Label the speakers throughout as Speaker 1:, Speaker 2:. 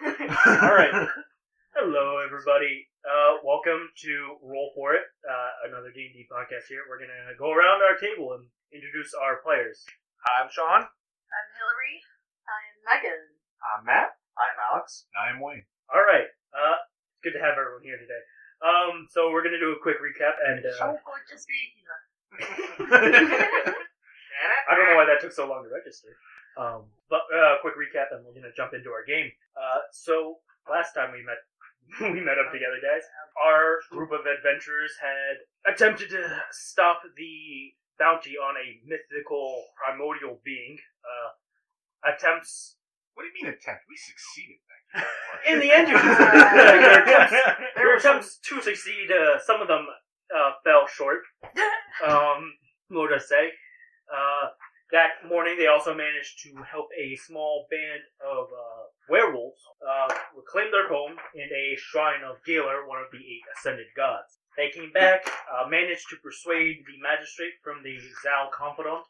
Speaker 1: All right. Hello, everybody. Uh, welcome to Roll for It, uh, another D and D podcast. Here, we're gonna go around our table and introduce our players.
Speaker 2: I'm Sean.
Speaker 3: I'm Hillary. I'm Megan.
Speaker 2: I'm Matt. I'm Alex.
Speaker 4: I am Wayne.
Speaker 1: All right. Uh, it's good to have everyone here today. Um, so we're gonna do a quick recap, and uh,
Speaker 3: good to be here.
Speaker 1: I don't know why that took so long to register. Um, but uh, quick recap, and we're gonna jump into our game. Uh, so last time we met, we met up together, guys. Our group of adventurers had attempted to stop the bounty on a mythical primordial being. Uh, attempts
Speaker 4: What do you mean attempt? We succeeded.
Speaker 1: in the end, you your attempts, your attempts to succeed, uh, some of them uh, fell short. um, what would I say? Uh, that morning, they also managed to help a small band of uh, werewolves uh, reclaim their home in a shrine of Galar, one of the eight ascended gods. They came back, uh, managed to persuade the magistrate from the Zal Confidant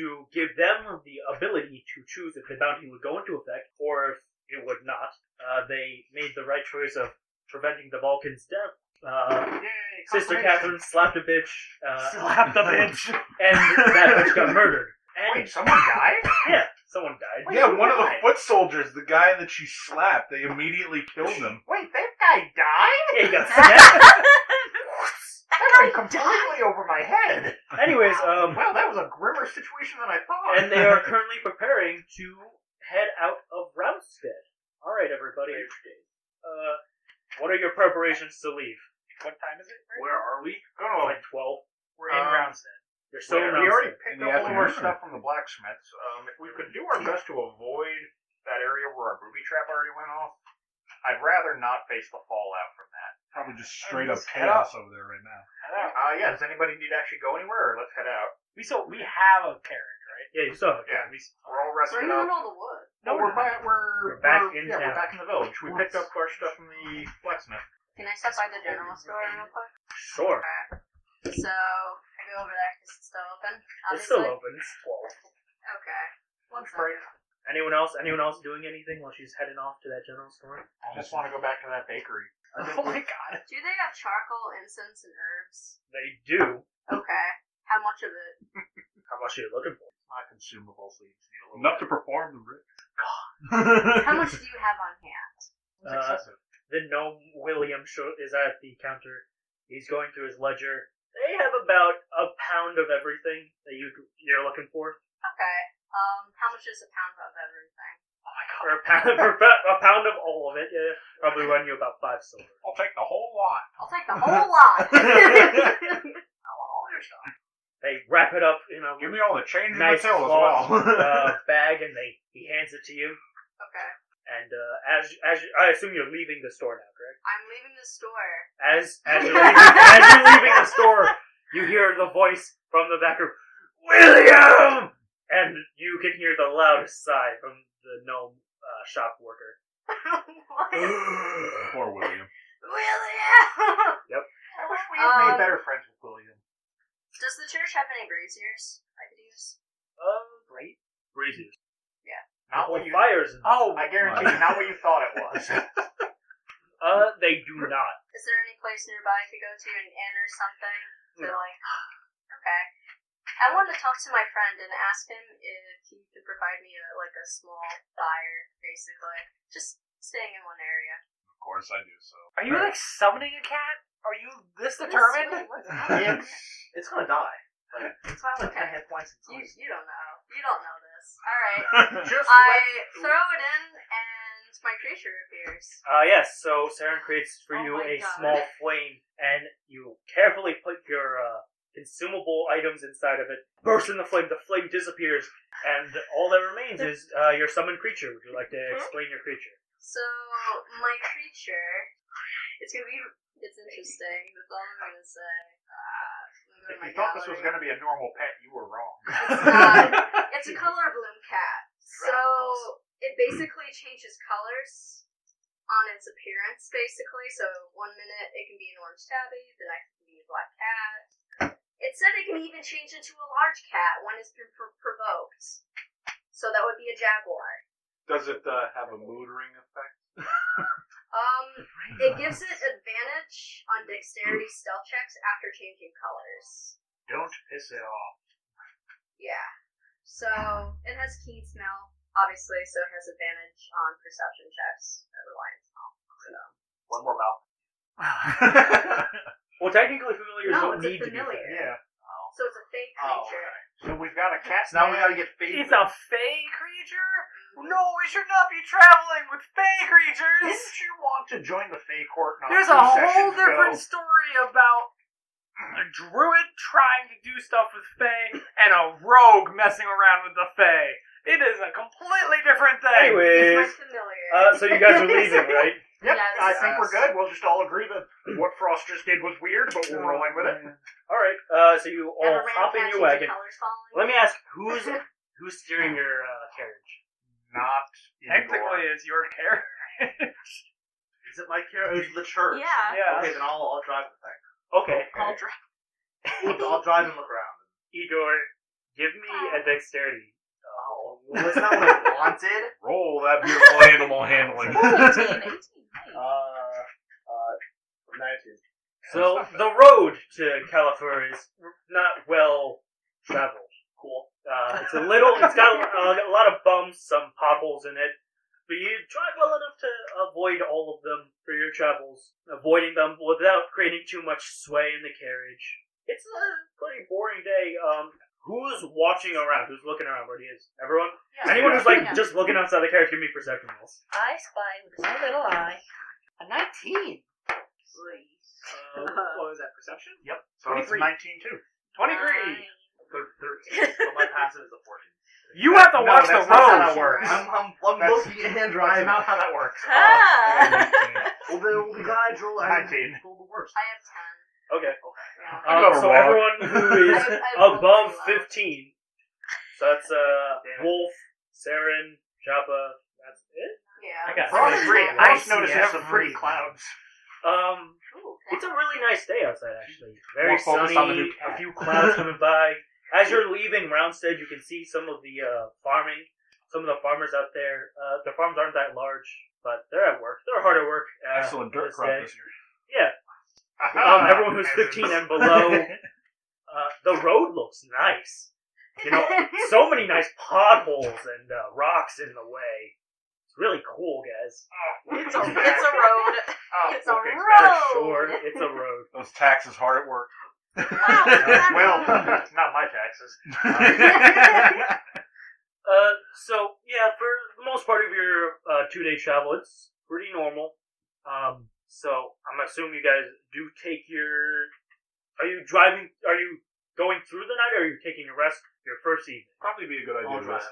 Speaker 1: to give them the ability to choose if the bounty would go into effect or if it would not. Uh, they made the right choice of preventing the Vulcan's death. Uh, Sister Catherine slapped a bitch. Uh,
Speaker 2: Slap the bitch.
Speaker 1: and that bitch got murdered. And
Speaker 2: Wait, someone died?
Speaker 1: yeah, someone died.
Speaker 2: Wait,
Speaker 4: yeah, one of the
Speaker 2: why?
Speaker 4: foot soldiers, the guy that she slapped, they immediately killed him.
Speaker 2: Wait, that guy died?
Speaker 1: Yeah, he got stabbed.
Speaker 2: That went completely over my head.
Speaker 1: Anyways, um,
Speaker 2: Wow, that was a grimmer situation than I thought.
Speaker 1: and they are currently preparing to head out of Rousted. All right, everybody. Uh, what are your preparations to leave?
Speaker 5: What time is it?
Speaker 2: Where are we
Speaker 1: Oh,
Speaker 2: going?
Speaker 1: like twelve.
Speaker 2: We're
Speaker 1: in
Speaker 2: Roundstead.
Speaker 1: You're still
Speaker 2: So we
Speaker 1: in Rousted.
Speaker 2: already picked
Speaker 4: In the
Speaker 2: up all of our
Speaker 4: afternoon.
Speaker 2: stuff from the blacksmiths. Um, if we could do our best to avoid that area where our booby trap already went off, I'd rather not face the fallout from that.
Speaker 4: Probably just straight up
Speaker 2: Let's head
Speaker 4: chaos over there right now.
Speaker 2: Uh, yeah, does anybody need to actually go anywhere, or let's head out?
Speaker 5: We still we have a carriage, right?
Speaker 1: Yeah, you still have a
Speaker 2: Yeah, we, we're all
Speaker 3: We're
Speaker 2: rested
Speaker 3: in the
Speaker 2: up.
Speaker 3: middle of the woods.
Speaker 2: No, we're back. We're,
Speaker 1: We're back
Speaker 2: we're-
Speaker 1: in
Speaker 2: yeah,
Speaker 1: town.
Speaker 2: we're back in the village. We picked up our stuff from the blacksmith.
Speaker 3: Can I stop by the general store real quick?
Speaker 1: Sure.
Speaker 3: So, I go over there because it's still open.
Speaker 1: It's still
Speaker 3: obviously.
Speaker 1: open. It's twelve.
Speaker 3: Okay. One
Speaker 2: Right.
Speaker 3: second.
Speaker 1: Anyone else? Anyone else doing anything while she's heading off to that general store?
Speaker 2: I just want to go back to that bakery. I think
Speaker 5: Oh
Speaker 2: we-
Speaker 5: my god.
Speaker 3: Do they have charcoal, incense, and herbs?
Speaker 1: They do.
Speaker 3: Okay. How much of it?
Speaker 1: How much are you looking for?
Speaker 2: it's not consumable, so you just need a little
Speaker 4: Enough to
Speaker 2: bit.
Speaker 4: perform the ritual.
Speaker 3: How much do you have on hand?
Speaker 2: It's
Speaker 1: uh,
Speaker 2: excessive.
Speaker 1: The gnome William Sho- is at the counter. He's going through his ledger. They have about a pound of everything that you you're looking for,
Speaker 3: Okay. Um, how much is a pound of everything?
Speaker 1: or a pound, or a pound of all of it. Yeah, probably run you about five silver.
Speaker 4: I'll take the whole lot.
Speaker 3: I'll take the whole lot.
Speaker 2: I want all your stuff.
Speaker 1: They wrap it up in a
Speaker 4: Give me all the change
Speaker 1: Nice
Speaker 4: in the till
Speaker 1: cloth.
Speaker 4: as well.
Speaker 1: uh, bag, and they he hands it to you.
Speaker 3: okay.
Speaker 1: And uh, as as you- I assume you're leaving the store now, correct?
Speaker 3: I'm leaving the store.
Speaker 1: As as you're leaving, as you're leaving the store, you hear the voice from the back room, William, and you can hear the loudest sigh from the gnome uh, shop worker.
Speaker 3: what?
Speaker 4: Poor William.
Speaker 3: William!
Speaker 2: I wish we had made
Speaker 3: Um,
Speaker 2: better friends with William.
Speaker 3: Does the church have any braziers I could use?
Speaker 1: Um, great. Breezes.
Speaker 2: Not what you.
Speaker 1: fires. in-
Speaker 5: Oh,
Speaker 2: I guarantee you, not what you thought it was.
Speaker 1: Uh, they do not.
Speaker 3: Is there any place nearby I could go to, an inn or something? They're like, okay. I wanted to talk to my friend and ask him if he could provide me a, like a small fire, basically, just staying in one area.
Speaker 4: Of course I do so.
Speaker 5: are you like summoning a cat? Are you this determined?
Speaker 2: it's, it's gonna die.
Speaker 5: It's not
Speaker 3: like I
Speaker 5: hit points.
Speaker 3: You, you don't know. You don't know this. All right.
Speaker 2: Just
Speaker 3: I
Speaker 2: let-
Speaker 3: throw it in, and my creature appears.
Speaker 1: Uh, yes. So Saren creates for
Speaker 3: Oh
Speaker 1: you
Speaker 3: my
Speaker 1: a
Speaker 3: God.
Speaker 1: small flame, and you carefully put your uh, consumable items inside of it. Burst in the flame. The flame disappears, and all that remains is uh, your summoned creature. Would you like to explain your creature?
Speaker 3: So my creature, it's gonna be. It's interesting. That's all I'm gonna say. Uh, I'm gonna go to
Speaker 2: If
Speaker 3: my
Speaker 2: you thought this was
Speaker 3: gallery.
Speaker 2: gonna be a normal pet, you were wrong.
Speaker 3: not. It's a color bloom cat. So it basically changes colors on its appearance, basically. So one minute it can be an orange tabby, the next it can be a black cat. It said it can even change into a large cat when it's been pro- provoked. So that would be a jaguar.
Speaker 4: Does it uh, have a mood ring effect?
Speaker 3: Um, It gives it advantage on dexterity stealth checks after changing colors.
Speaker 2: Don't piss it off.
Speaker 3: Yeah. So it has keen smell, obviously, so it has advantage on perception checks that rely on smell. So.
Speaker 2: One more mouth.
Speaker 1: Well, technically, familiars
Speaker 3: No,
Speaker 1: don't
Speaker 3: it's a
Speaker 1: need to be
Speaker 3: familiar.
Speaker 1: fed.
Speaker 2: yeah.
Speaker 3: so it's a fake
Speaker 2: Oh,
Speaker 3: creature.
Speaker 2: okay. So we've got a cat.
Speaker 4: So now we gotta get faith.
Speaker 5: It's a fey creature? No, we should not be traveling with fey creatures!
Speaker 2: Didn't you want to join the Fey Court? Not
Speaker 5: There's a
Speaker 2: two
Speaker 5: whole
Speaker 2: sessions
Speaker 5: different
Speaker 2: Ago?
Speaker 5: story about a druid trying to do stuff with Fae and a rogue messing around with the Fae. It is a completely different thing.
Speaker 3: It's
Speaker 1: Anyways,
Speaker 3: my familiar.
Speaker 1: uh, so you guys are leaving, right?
Speaker 2: Yep,
Speaker 3: Yes.
Speaker 2: I think we're good. We'll just all agree that what Frost just did was weird, but we'll roll in with it.
Speaker 1: All right. Uh, so you all
Speaker 3: Ever ran
Speaker 1: hop in
Speaker 3: across
Speaker 1: your wagon.
Speaker 3: changing Colors falling?
Speaker 1: Let me ask, who's who's steering your uh, carriage?
Speaker 2: Not
Speaker 5: Technically, it's your hair.
Speaker 4: Is it my character? It's the church.
Speaker 6: Yeah.
Speaker 5: yeah.
Speaker 4: Okay, then I'll, I'll drive the thing.
Speaker 1: Okay,
Speaker 6: I'll drive.
Speaker 4: I'll, I'll drive and look around.
Speaker 1: Igor, give me a dexterity.
Speaker 4: Oh, that's not what I wanted.
Speaker 2: roll that beautiful animal handling.
Speaker 6: Ooh, team 18.
Speaker 4: Uh,
Speaker 6: Nice.
Speaker 4: uh, 19.
Speaker 1: So the road to Califur is not well traveled.
Speaker 4: Cool.
Speaker 1: Uh, it's a little. It's got a, a lot of bumps, some potholes in it, but you drive well enough to avoid all of them for your travels, avoiding them without creating too much sway in the carriage. It's a pretty boring day. Um, who's watching around? Who's looking around? Where he is? Everyone.
Speaker 6: Yeah.
Speaker 1: Anyone who's like
Speaker 6: Yeah.
Speaker 1: just looking outside the carriage, give me perception rolls.
Speaker 6: I spy with my little eye. A 19. Please.
Speaker 1: Uh,
Speaker 5: What was that, perception?
Speaker 2: Yep. So it's
Speaker 5: 23.
Speaker 2: 19 too.
Speaker 5: 23!
Speaker 4: Thir- 13. So my passive is a 14.
Speaker 5: You have to
Speaker 2: No,
Speaker 5: watch
Speaker 2: that's
Speaker 5: the
Speaker 2: not how that
Speaker 5: road!
Speaker 2: works.
Speaker 4: I'm, I'm, I'm
Speaker 2: That's-
Speaker 4: looking at hand
Speaker 2: That's
Speaker 4: driving.
Speaker 2: not how that works. Oh,
Speaker 6: Ah.
Speaker 4: Well, then we'll be glad I rolled. I
Speaker 2: 19.
Speaker 4: rolled the worst.
Speaker 3: I have ten.
Speaker 1: okay.
Speaker 3: Yeah.
Speaker 2: I
Speaker 1: Um,
Speaker 2: gotta
Speaker 1: so
Speaker 2: walk.
Speaker 1: everyone who is
Speaker 3: I- I-
Speaker 1: above fifteen. So that's uh,
Speaker 2: Damn it.
Speaker 1: Wolf, Saren, Joppa. That's it.
Speaker 3: Yeah.
Speaker 1: I got
Speaker 2: Frost,
Speaker 1: three.
Speaker 2: Frost
Speaker 5: I see
Speaker 2: notices some pretty
Speaker 5: everything.
Speaker 2: clouds.
Speaker 1: Um,
Speaker 3: Ooh,
Speaker 1: it's a really nice day outside, actually. Very
Speaker 2: More
Speaker 1: sunny.
Speaker 2: focused on the new
Speaker 1: A few clouds coming by. As you're leaving Roundstead, you can see some of the uh, farming. Some of the farmers out there. Uh, their farms aren't that large, but they're at work. They're hard at work. Uh, this day.
Speaker 2: year.
Speaker 1: Yeah. Um, everyone who's 15 and below. Uh, the road looks nice. You know, so many nice potholes and uh, rocks in the way. It's really cool, guys.
Speaker 6: It's a, it's a road.
Speaker 2: Oh,
Speaker 6: It's a
Speaker 2: okay.
Speaker 1: For
Speaker 6: road.
Speaker 1: sure, it's a road.
Speaker 4: Those taxes hard at work. Uh,
Speaker 6: Wow.
Speaker 2: Well, not my taxes.
Speaker 1: Uh, so yeah, for the most part of your uh, two day travel, it's pretty normal. Um, so I'm assuming you guys do take your. Are you driving? Are you going through the night, or are you taking a rest your first evening?
Speaker 2: Probably be a good
Speaker 4: I'll drive.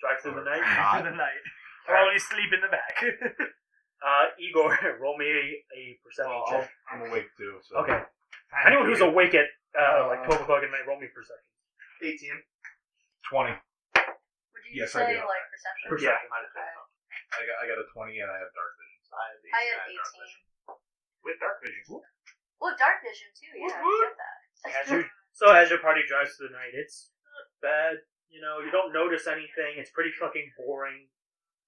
Speaker 1: Drive through the night.
Speaker 5: Through the night. Or at least sleep in the back.
Speaker 1: Uh, Igor, roll me a, a perception
Speaker 4: Well, I'll-
Speaker 1: check.
Speaker 4: I'm awake too. So.
Speaker 1: Okay. Anyone who's awake at uh, like twelve o'clock at night, roll me perception.
Speaker 4: 18.
Speaker 2: 20.
Speaker 3: Would you
Speaker 4: Yes, I do.
Speaker 3: say like perception?
Speaker 1: Perception.
Speaker 2: Yeah.
Speaker 4: I
Speaker 3: Okay.
Speaker 4: got, I got a 20 and I have dark vision. So I have 18.
Speaker 3: I had eighteen.
Speaker 2: With dark vision.
Speaker 3: Well, dark vision too. Yeah, I
Speaker 1: Woot
Speaker 3: get that.
Speaker 1: As you, so as your party drives through the night, it's not bad. You know, you don't notice anything. It's pretty fucking boring.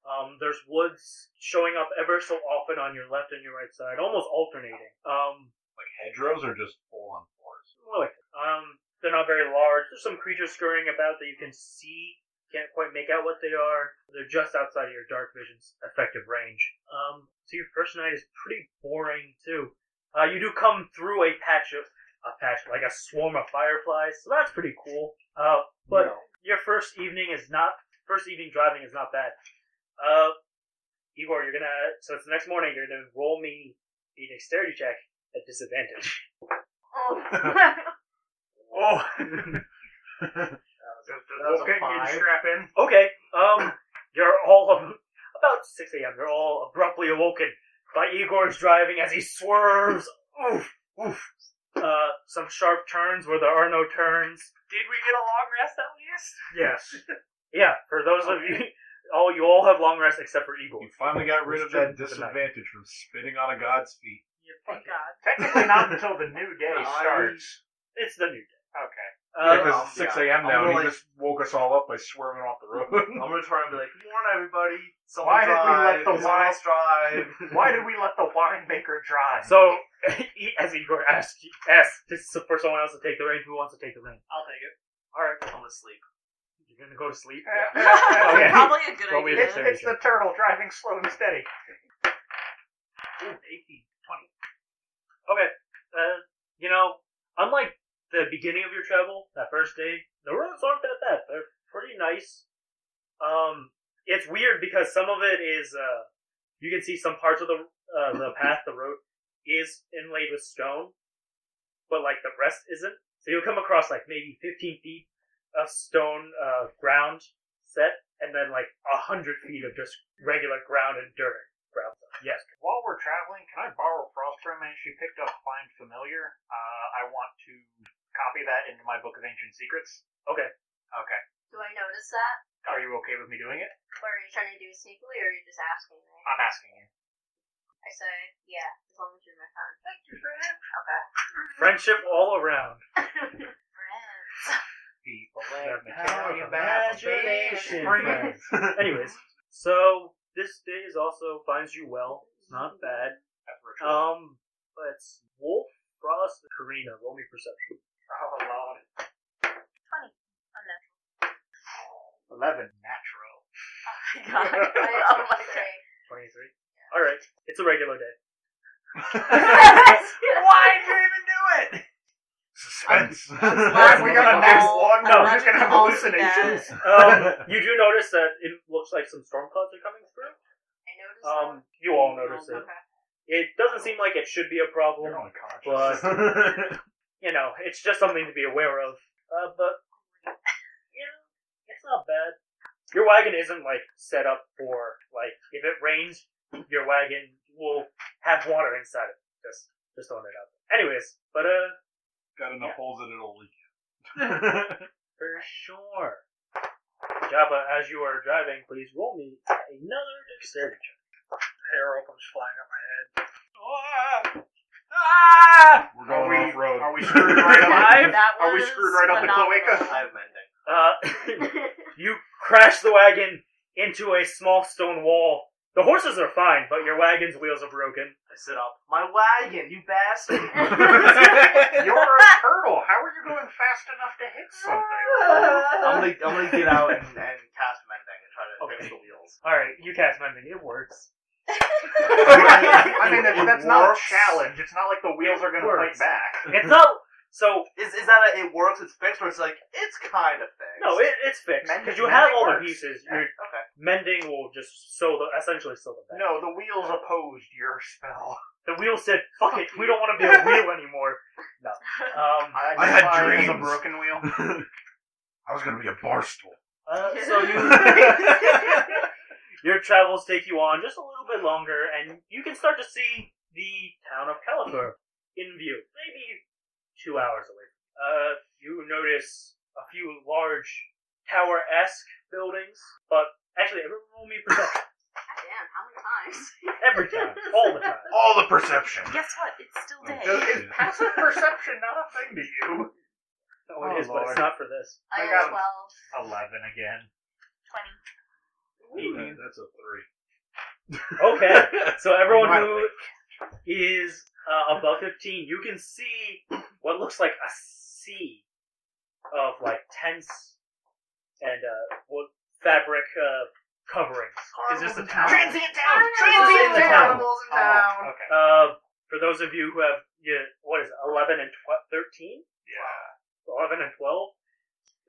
Speaker 1: Um, there's woods showing up ever so often on your left and your right side, almost alternating. Um,
Speaker 4: Like hedgerows or just full on floors?
Speaker 1: more like- um, they're not very large. There's some creatures scurrying about that you can see. Can't quite make out what they are. They're just outside of your dark vision's effective range. Um, so your first night is pretty boring too. Uh, you do come through a patch of a patch like a swarm of fireflies, so that's pretty cool. Uh, but your first evening is not first evening driving is not bad. Uh, Igor, you're gonna so it's the next morning. You're gonna roll me a dexterity check at disadvantage.
Speaker 3: Oh.
Speaker 2: Oh. Does,
Speaker 4: That was a
Speaker 2: does Wolfgang need to
Speaker 4: five.
Speaker 2: strap in?
Speaker 1: Okay. Um, you're all about six a.m. You're all abruptly awoken by Igor's driving as he swerves. Oof, oof. Uh, some sharp turns where there are no turns.
Speaker 5: Did we get a long rest at least?
Speaker 2: Yes.
Speaker 1: Yeah, for those of you, all you all have long rest except for Igor.
Speaker 4: You finally got rid of that
Speaker 1: Just the night.
Speaker 4: disadvantage from spitting on a god's feet.
Speaker 3: Oh
Speaker 6: Thank God.
Speaker 2: Technically not until the new day
Speaker 4: I-
Speaker 2: starts.
Speaker 1: It's the new day.
Speaker 2: Okay.
Speaker 4: Yeah,
Speaker 1: Uh,
Speaker 2: Oh,
Speaker 4: 'cause it's 6 a.m. now, and he just woke us all up by swerving off the road.
Speaker 7: I'm gonna try and be like, "Good morning, everybody. Someone
Speaker 2: Why did we let
Speaker 7: drive.
Speaker 2: the
Speaker 7: Someone
Speaker 2: wine-
Speaker 7: else drive."
Speaker 2: Why did we let the winemaker drive?
Speaker 1: so, he- as Igor asks, he asks this is for someone else to take the reins, who wants to take the reins?
Speaker 5: I'll take it.
Speaker 1: All right,
Speaker 7: I'm gonna sleep.
Speaker 1: you're gonna go to sleep.
Speaker 2: it's,
Speaker 8: Probably a good
Speaker 1: Well, we
Speaker 8: idea.
Speaker 1: have to-
Speaker 2: Oh, it's the turtle driving slow and steady.
Speaker 1: Ooh, 18, 20. Okay. Uh, you know, unlike the beginning of your travel, that first day, the roads aren't that bad. They're pretty nice. Um, it's weird because some of it is, uh, you can see some parts of the, uh, the path, the road is inlaid with stone, but like the rest isn't. So you'll come across like maybe 15 feet of stone, uh, ground set, and then like 100 feet of just regular ground and dirt. Ground. Yes.
Speaker 2: While we're traveling, can I borrow Frostbrim? She picked up Find Familiar. Uh, I want to copy that into my Book of Ancient Secrets.
Speaker 1: Okay.
Speaker 2: Okay.
Speaker 3: Do I notice that?
Speaker 2: Are you okay with me doing it?
Speaker 3: Or are you trying to do it sneakily, or are you just asking me?
Speaker 2: I'm asking you.
Speaker 3: I say, yeah, as long as you're my friend. Thank you, friend. Okay.
Speaker 1: Friendship all around.
Speaker 3: Friends.
Speaker 2: People
Speaker 1: like
Speaker 6: Congratulations.
Speaker 1: Anyways, so this day is also finds you well. It's not bad. Um, but it's Wolf, Frost, and Karina. Roll me perception.
Speaker 2: Oh, Lord.
Speaker 8: 20.
Speaker 2: Eleven. Natural.
Speaker 8: Oh my god. oh my god.
Speaker 1: Twenty-three. All right, it's a regular day.
Speaker 5: Why
Speaker 3: Uh,
Speaker 5: did you even do it?
Speaker 4: Suspense.
Speaker 8: Well,
Speaker 2: we got the next
Speaker 8: all-
Speaker 2: one.
Speaker 1: No,
Speaker 8: I'm
Speaker 2: we're just gonna have
Speaker 8: all sad.
Speaker 2: hallucinations.
Speaker 1: Um, you do notice that it looks like some storm clouds are coming through.
Speaker 3: I noticed
Speaker 1: Um, you all notice
Speaker 3: that.
Speaker 1: it.
Speaker 3: Okay.
Speaker 1: It doesn't seem like it should be a
Speaker 2: They're
Speaker 1: problem,
Speaker 2: only
Speaker 1: but
Speaker 2: conscious.
Speaker 1: you know, it's just something to be aware of. Uh, but yeah, it's not bad. Your wagon isn't like set up for like if it rains, your wagon will have water inside it. Just just throwing it out. there. Anyways, but uh,
Speaker 4: Got enough holes in it'll leak.
Speaker 1: for sure. Java, as you are driving, please roll me another dexterity check.
Speaker 5: Hair opens flying up my head.
Speaker 4: We're
Speaker 2: Are
Speaker 4: going
Speaker 2: we-
Speaker 4: off road.
Speaker 2: Are we screwed right up?
Speaker 5: Five?
Speaker 8: That
Speaker 2: Are we
Speaker 8: was
Speaker 2: screwed right up the
Speaker 8: phenomenal.
Speaker 2: cloaca?
Speaker 7: I have mending.
Speaker 1: Uh, you crash the wagon into a small stone wall. The horses are fine, but your wagon's wheels are broken.
Speaker 7: I sit up. My wagon, you bastard.
Speaker 2: You're a turtle. How are you going fast enough to hit something?
Speaker 7: I'm gonna, I'm gonna get out and, and cast mending and try to
Speaker 1: Okay.
Speaker 7: fix the wheels.
Speaker 1: All right, you cast mending. It works.
Speaker 2: I mean, that, that's not a
Speaker 7: Works.
Speaker 2: challenge. It's not like the wheels are going to
Speaker 1: Works.
Speaker 2: fight back.
Speaker 1: It's not so.
Speaker 7: Is is that a, it works? It's fixed, or it's like it's kind of fixed.
Speaker 1: No, it, it's fixed because you
Speaker 2: Mending-
Speaker 1: have
Speaker 2: mending
Speaker 1: all the
Speaker 2: works.
Speaker 1: pieces.
Speaker 2: Yeah.
Speaker 1: Your
Speaker 7: Okay.
Speaker 1: mending will just sew the essentially sew the back.
Speaker 2: No, the wheels opposed your spell.
Speaker 1: The wheel said, "Fuck it, we don't want to be a wheel anymore." No. Um,
Speaker 4: I had
Speaker 2: identify it as A
Speaker 4: dreams.
Speaker 2: broken wheel.
Speaker 4: I was gonna be a bar stool.
Speaker 1: uh, so you,
Speaker 4: I
Speaker 1: your travels take you on just a little bit longer, and you can start to see the town of Califor in view, maybe two hours away. Uh, you notice a few large tower-esque buildings, but actually, everyone roll me perception.
Speaker 3: Goddamn, how many times?
Speaker 1: Every time. All the time.
Speaker 4: All the perception.
Speaker 8: Guess what? It's still day.
Speaker 2: Does- Is passive perception not a thing to you?
Speaker 1: Oh, it
Speaker 2: Oh,
Speaker 1: is, but
Speaker 2: Lord.
Speaker 1: it's not for this.
Speaker 3: I
Speaker 2: I
Speaker 3: got
Speaker 2: got-
Speaker 3: 12.
Speaker 2: Eleven again.
Speaker 8: 20.
Speaker 4: Uh, That's a three.
Speaker 1: Okay, so everyone
Speaker 4: Right.
Speaker 1: who is uh, above 15, you can see what looks like a sea of like tents and uh, wood fabric uh, coverings. Is this the town?
Speaker 2: Transient town.
Speaker 1: Transient town.
Speaker 2: in town. okay.
Speaker 1: Uh, for those of you who have, yeah, what is it, 11 and 12, 13?
Speaker 2: Yeah.
Speaker 1: 11 and 12.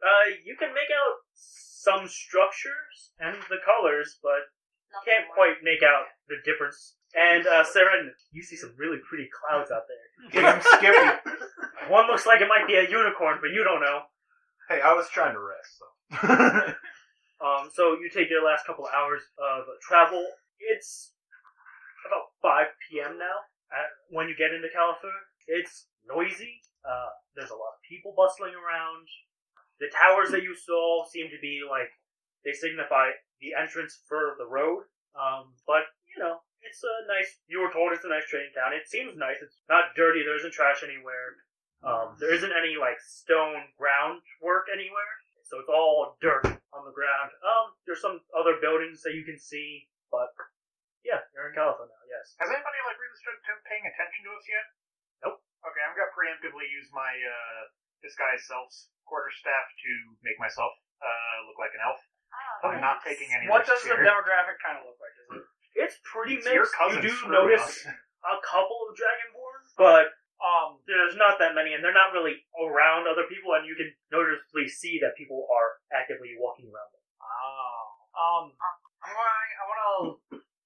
Speaker 1: Uh, you can make out some structures and the colors, but
Speaker 3: Nothing
Speaker 1: can't
Speaker 3: more.
Speaker 1: quite make out the difference. And uh, Saren, you see some really pretty clouds out there.
Speaker 4: Damn Skippy.
Speaker 1: One looks like it might be a unicorn, but you don't know.
Speaker 4: Hey, I was trying to rest. So.
Speaker 1: Um, so you take your last couple hours of travel. It's about 5 p.m. now. At, when you get into Califur, it's noisy. Uh, there's a lot of people bustling around. The towers that you saw seem to be like they signify the entrance for the road. Um, but you know, it's a nice. You were told it's a nice trading town. It seems nice. It's not dirty. There isn't trash anywhere. Um, there isn't any like stone groundwork anywhere, so it's all dirt on the ground. Um, there's some other buildings that you can see, but yeah, you're in California now. Yes.
Speaker 2: Has anybody like really started to- paying attention to us yet?
Speaker 1: Nope.
Speaker 2: Okay, I'm gonna preemptively use my uh, disguise self's quarterstaff to make myself uh, look like an elf.
Speaker 8: Oh,
Speaker 2: I'm not taking any.
Speaker 5: What does
Speaker 2: risks
Speaker 5: the
Speaker 2: here.
Speaker 5: demographic kind of look like? Is it
Speaker 1: It's pretty
Speaker 2: It's
Speaker 1: mixed.
Speaker 2: your cousin
Speaker 1: you do
Speaker 2: screwing
Speaker 1: notice
Speaker 2: us.
Speaker 1: a couple of dragonborn, but
Speaker 5: um
Speaker 1: there's not that many, and they're not really around other people, and you can noticeably see that people are actively walking around them.
Speaker 5: Oh. Um, I'm going, I want to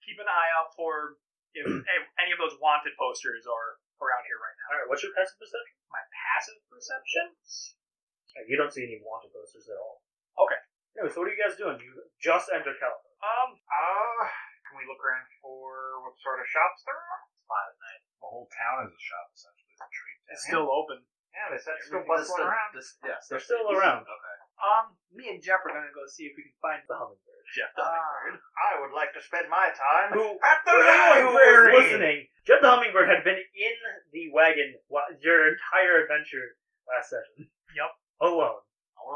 Speaker 5: keep an eye out for if a- any of those wanted posters are around here right now.
Speaker 1: All right, what's your passive perception?
Speaker 5: My passive perception?
Speaker 1: Uh, You don't see any wanted posters at all.
Speaker 5: Okay.
Speaker 1: No, so what are you guys doing? You just entered California.
Speaker 5: Um,
Speaker 2: Uh, can we look around for what sort of shops there are?
Speaker 4: The whole town is a shop, essentially. It's a treat.
Speaker 5: it's still open.
Speaker 2: Yeah, they said it's still
Speaker 7: Everything's
Speaker 2: bustling around.
Speaker 7: This, yes,
Speaker 1: They're
Speaker 7: this-
Speaker 1: still
Speaker 7: this-
Speaker 1: around.
Speaker 7: Okay.
Speaker 5: Um, me and Jeff are going to go see if we can find
Speaker 1: The hummingbird.
Speaker 5: Jeff.
Speaker 2: Ah, I would like to spend my time
Speaker 1: Who,
Speaker 2: at the
Speaker 1: for anyone who was
Speaker 2: library.
Speaker 1: listening, Jeff the hummingbird had been in the wagon wa- your entire adventure last session.
Speaker 5: Yep.
Speaker 1: Alone.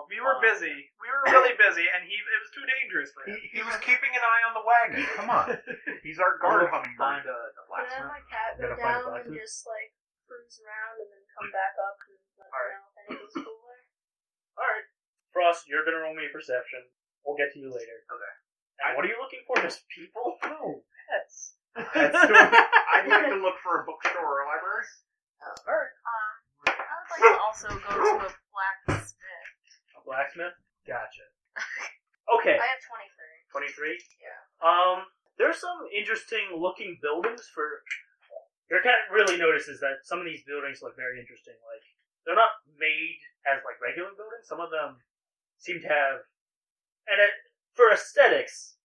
Speaker 5: We were busy. We were really busy, and he it was too dangerous for him.
Speaker 4: He, he was keeping an eye on the wagon. Come on.
Speaker 2: He's our guard hummingbird.
Speaker 7: Find a, a
Speaker 3: Can I
Speaker 7: blacksmith.
Speaker 3: have my cat go
Speaker 1: Gotta find a
Speaker 3: down and
Speaker 1: blacksmith.
Speaker 3: just like cruise around and then come back up and let me
Speaker 1: Alright.
Speaker 3: know if anything's cool there?
Speaker 1: Alright. Frost, you're gonna roll me a perception. We'll get to you later.
Speaker 2: Okay.
Speaker 1: And what are you looking for? Just people? No.
Speaker 5: Yes.
Speaker 2: I'd like to look for a bookstore or a library.
Speaker 8: Um, I would like to also go to a blacksmith.
Speaker 1: A blacksmith? Gotcha. Okay.
Speaker 3: I have 23.
Speaker 1: 23?
Speaker 3: Yeah.
Speaker 1: Um, there's some interesting looking buildings for. Your cat really notices that some of these buildings look very interesting. Like, they're not made as, like, regular buildings. Some of them seem to have. And it, for aesthetics,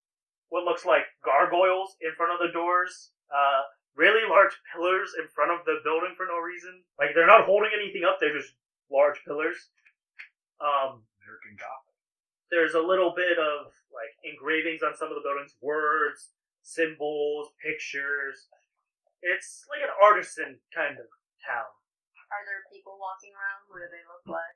Speaker 1: what looks like gargoyles in front of the doors, uh, really large pillars in front of the building for no reason. Like, they're not holding anything up, they're just large pillars. Um,
Speaker 4: American Gothic.
Speaker 1: there's a little bit of like engravings on some of the buildings, words, symbols, pictures. It's like an artisan kind of town.
Speaker 3: Are there people walking around? What do they look like?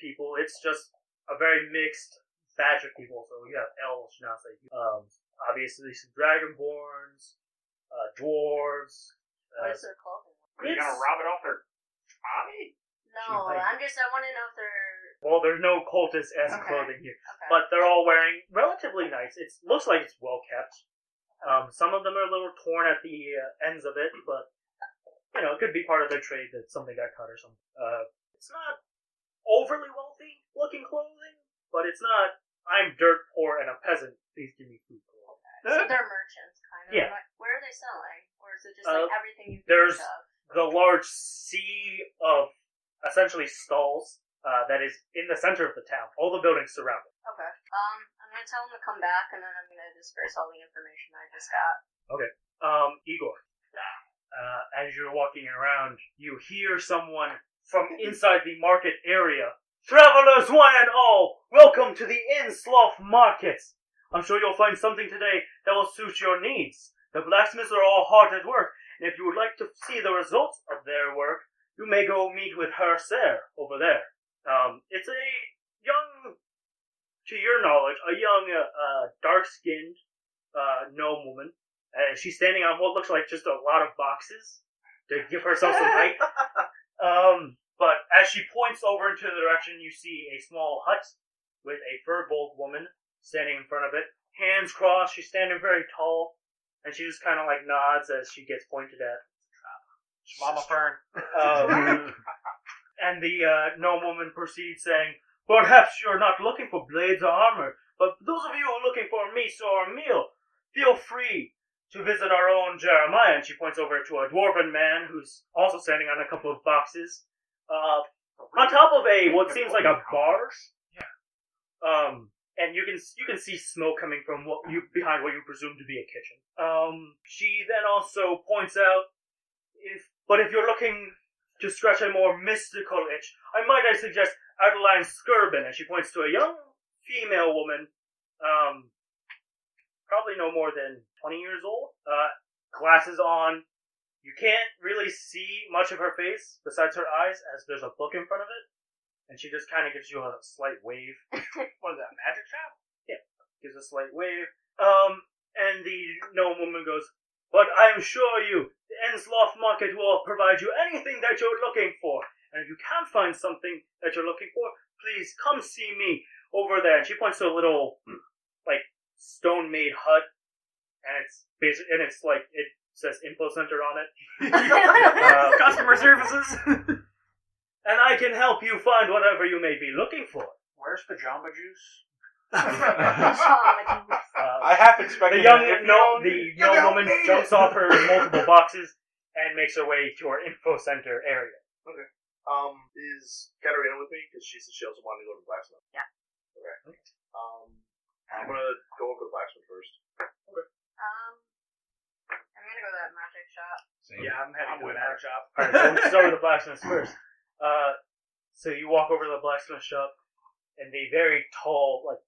Speaker 1: People, it's just a very mixed batch of people. So we have elves, Nazi, um, obviously some dragonborns, uh, dwarves. Uh,
Speaker 3: What is their clothing?
Speaker 2: Are you gonna
Speaker 1: It's-
Speaker 2: rob it off their body?
Speaker 3: No,
Speaker 1: Right.
Speaker 3: I'm just, I want to know if they're.
Speaker 1: well, there's no cultist esque
Speaker 3: Okay.
Speaker 1: clothing here.
Speaker 3: Okay.
Speaker 1: but they're all wearing relatively nice. It looks like it's well kept. Um, some of them are a little torn at the uh, ends of it, but you know it could be part of their trade that something got cut or something. Uh, it's not overly wealthy looking clothing, but it's not. I'm dirt poor and a peasant. Please give me food. clothing."
Speaker 3: so they're merchants, kind of.
Speaker 1: uh, Yeah.
Speaker 3: Like, where are they selling? Or is it just
Speaker 1: Uh,
Speaker 3: like everything you can
Speaker 1: there's-
Speaker 3: think of?
Speaker 1: The large sea of essentially stalls uh, that is in the center of the town. All the buildings surround it.
Speaker 3: Okay. Um, I'm gonna tell them to come back, and then I'm gonna disperse all the information I just got.
Speaker 1: Um, Igor, uh, as you're walking around, you hear someone from inside the market area. Travelers, one and all, welcome to the Insloth Market. I'm sure you'll find something today that will suit your needs. The blacksmiths are all hard at work, and if you would like to see the results of their work, you may go meet with her sir over there. Um, it's a young, to your knowledge, a young, uh, uh, dark-skinned uh, gnome woman. Uh, she's standing on what looks like just a lot of boxes to give herself some height. Um, but as she points over into the direction, you see a small hut with a fur-bowled woman standing in front of it, hands crossed. She's standing very tall, and she just kind of like nods as she gets pointed at.
Speaker 5: Mama Fern.
Speaker 1: Um, and the uh, gnome woman proceeds saying, Perhaps you're not looking for blades or armor, but those of you who are looking for meat or a meal, feel free to visit our own Jeremiah. And she points over to a dwarven man who's also standing on a couple of boxes. Uh, on top of a what seems like a bar. Yeah. Um, and you can you can see smoke coming from what you behind what you presume to be a kitchen. Um, she then also points out if but if you're looking to scratch a more mystical itch, I might I suggest Adeline Skirbin, and she points to a young female woman, um, probably no more than twenty years old, uh, glasses on, You can't really see much of her face besides her eyes, as there's a book in front of it, and she just kind of gives you a slight wave.
Speaker 5: What is that, magic shop?
Speaker 1: Gives a slight wave. Um, and the gnome woman goes, "But I am sure you, the Ensloth Market will provide you anything that you're looking for. And if you can't find something that you're looking for, please come see me over there." And she points to a little, like, stone-made hut, and it's basic, and it's like it says info center on it. Uh,
Speaker 5: Customer services.
Speaker 1: and I can help you find whatever you may be looking for.
Speaker 2: Where's the Jamba Juice?
Speaker 1: Uh,
Speaker 4: I half expected
Speaker 1: the young
Speaker 4: that if
Speaker 1: no,
Speaker 4: you-
Speaker 1: the young
Speaker 4: don't
Speaker 1: woman
Speaker 4: need
Speaker 1: jumps
Speaker 4: it.
Speaker 1: off her multiple boxes and makes her way to her info center area.
Speaker 7: Um, is Katarina with me? Because she said she also wanted to go to the blacksmith.
Speaker 8: Yeah.
Speaker 7: Okay. Um, I'm gonna go over to the blacksmith first.
Speaker 3: Um, I'm gonna go to that magic shop.
Speaker 5: yeah, I'm heading to the magic shop.
Speaker 1: All right, so we'll start with the blacksmith first. Uh, so you walk over to the blacksmith shop, and the very tall, like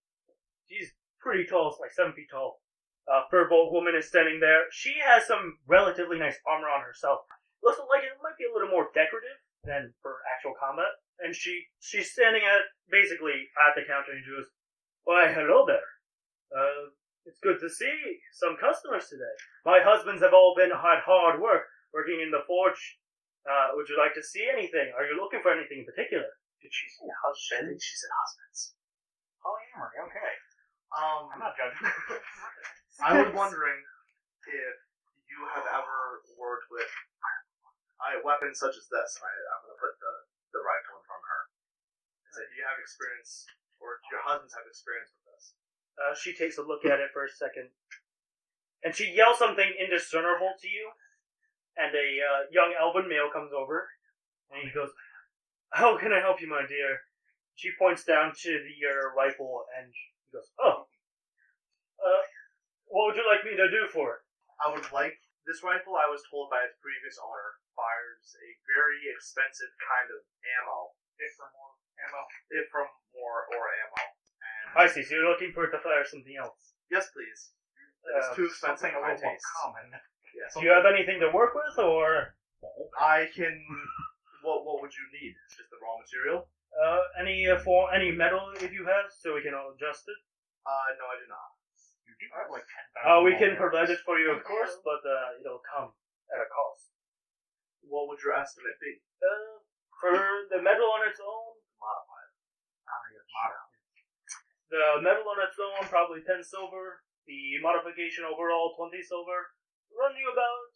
Speaker 1: she's pretty tall, it's like seven feet tall, uh, furbolt woman is standing there. She has some relatively nice armor on herself. Looks like it might be a little more decorative than for actual combat. And she she's standing at basically at the counter and she goes, "Why, hello there. Uh, it's good to see some customers today. My husbands have all been hard hard work." working in the forge. Uh, would you like to see anything? Are you looking for anything in particular?
Speaker 2: Did she say husband? I think she said husbands. Polyamory, okay.
Speaker 7: Um,
Speaker 2: I'm not judging.
Speaker 7: I was wondering if you have ever worked with a weapon such as this. I, I'm gonna put the, the rifle in front of her. So if you have experience, or if your husbands have experience with this.
Speaker 1: Uh, she takes a look at it for a second, and she yells something indiscernible to you. And a uh, young elven male comes over, and he goes, "How can I help you, my dear?" She points down to the, your rifle, and he goes, "Oh, uh, what would you like me to do for it?"
Speaker 7: I would like this rifle. I was told by its previous owner fires a very expensive kind of ammo, if from more ammo, if from more or ammo.
Speaker 1: I see. So you're looking for it to fire something else.
Speaker 7: Yes, please. It's
Speaker 1: Uh,
Speaker 7: too expensive
Speaker 2: Something a
Speaker 7: for my
Speaker 2: little more
Speaker 7: taste.
Speaker 2: common.
Speaker 7: Yes.
Speaker 1: Do you have anything to work with, or?
Speaker 7: I can. What What would you need? Just the raw material?
Speaker 1: Uh, any uh, for any metal if you have, so we can all adjust it.
Speaker 7: Uh, no, I do not.
Speaker 2: You do have like 10,000
Speaker 1: Uh, we can
Speaker 2: more
Speaker 1: provide it
Speaker 2: arrows.
Speaker 1: for you, of course, but uh, it'll come at a cost.
Speaker 7: What would your estimate be?
Speaker 1: Uh, for the metal on its own, Ah, the metal on its own probably ten silver. The modification overall twenty silver. Run you about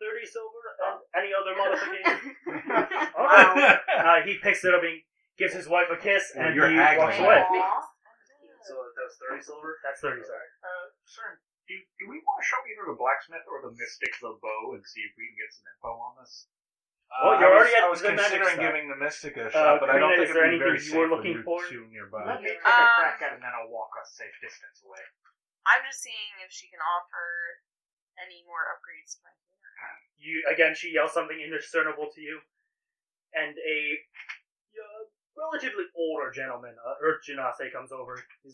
Speaker 1: thirty silver, and any other modification. Okay. uh, he picks it up and gives his wife a kiss,
Speaker 4: Well,
Speaker 1: and
Speaker 4: you're
Speaker 1: he
Speaker 4: haggling.
Speaker 1: walks away.
Speaker 7: So that was thirty silver.
Speaker 1: That's thirty silver.
Speaker 2: Uh, sir, do, do we want to show either the blacksmith or the mystic the bow and see if we can get some info on this?
Speaker 4: Uh,
Speaker 1: Well, you're
Speaker 4: I was-
Speaker 1: already at
Speaker 4: I was
Speaker 1: the magic
Speaker 4: considering
Speaker 1: shop.
Speaker 4: giving the Mystic a shot, but I
Speaker 1: Karina,
Speaker 4: don't
Speaker 1: is
Speaker 4: think
Speaker 1: there
Speaker 4: it'd be very
Speaker 1: anything
Speaker 4: safe
Speaker 1: you Uh, were
Speaker 4: when
Speaker 1: looking
Speaker 4: you're
Speaker 1: for?
Speaker 4: too nearby.
Speaker 2: Let me take
Speaker 8: Um,
Speaker 2: a crack at it and then I'll walk a safe distance away.
Speaker 8: I'm just seeing if she can offer any more upgrades.
Speaker 1: you again she yells something indiscernible to you and a uh, relatively older gentleman uh, Ert Janase comes over he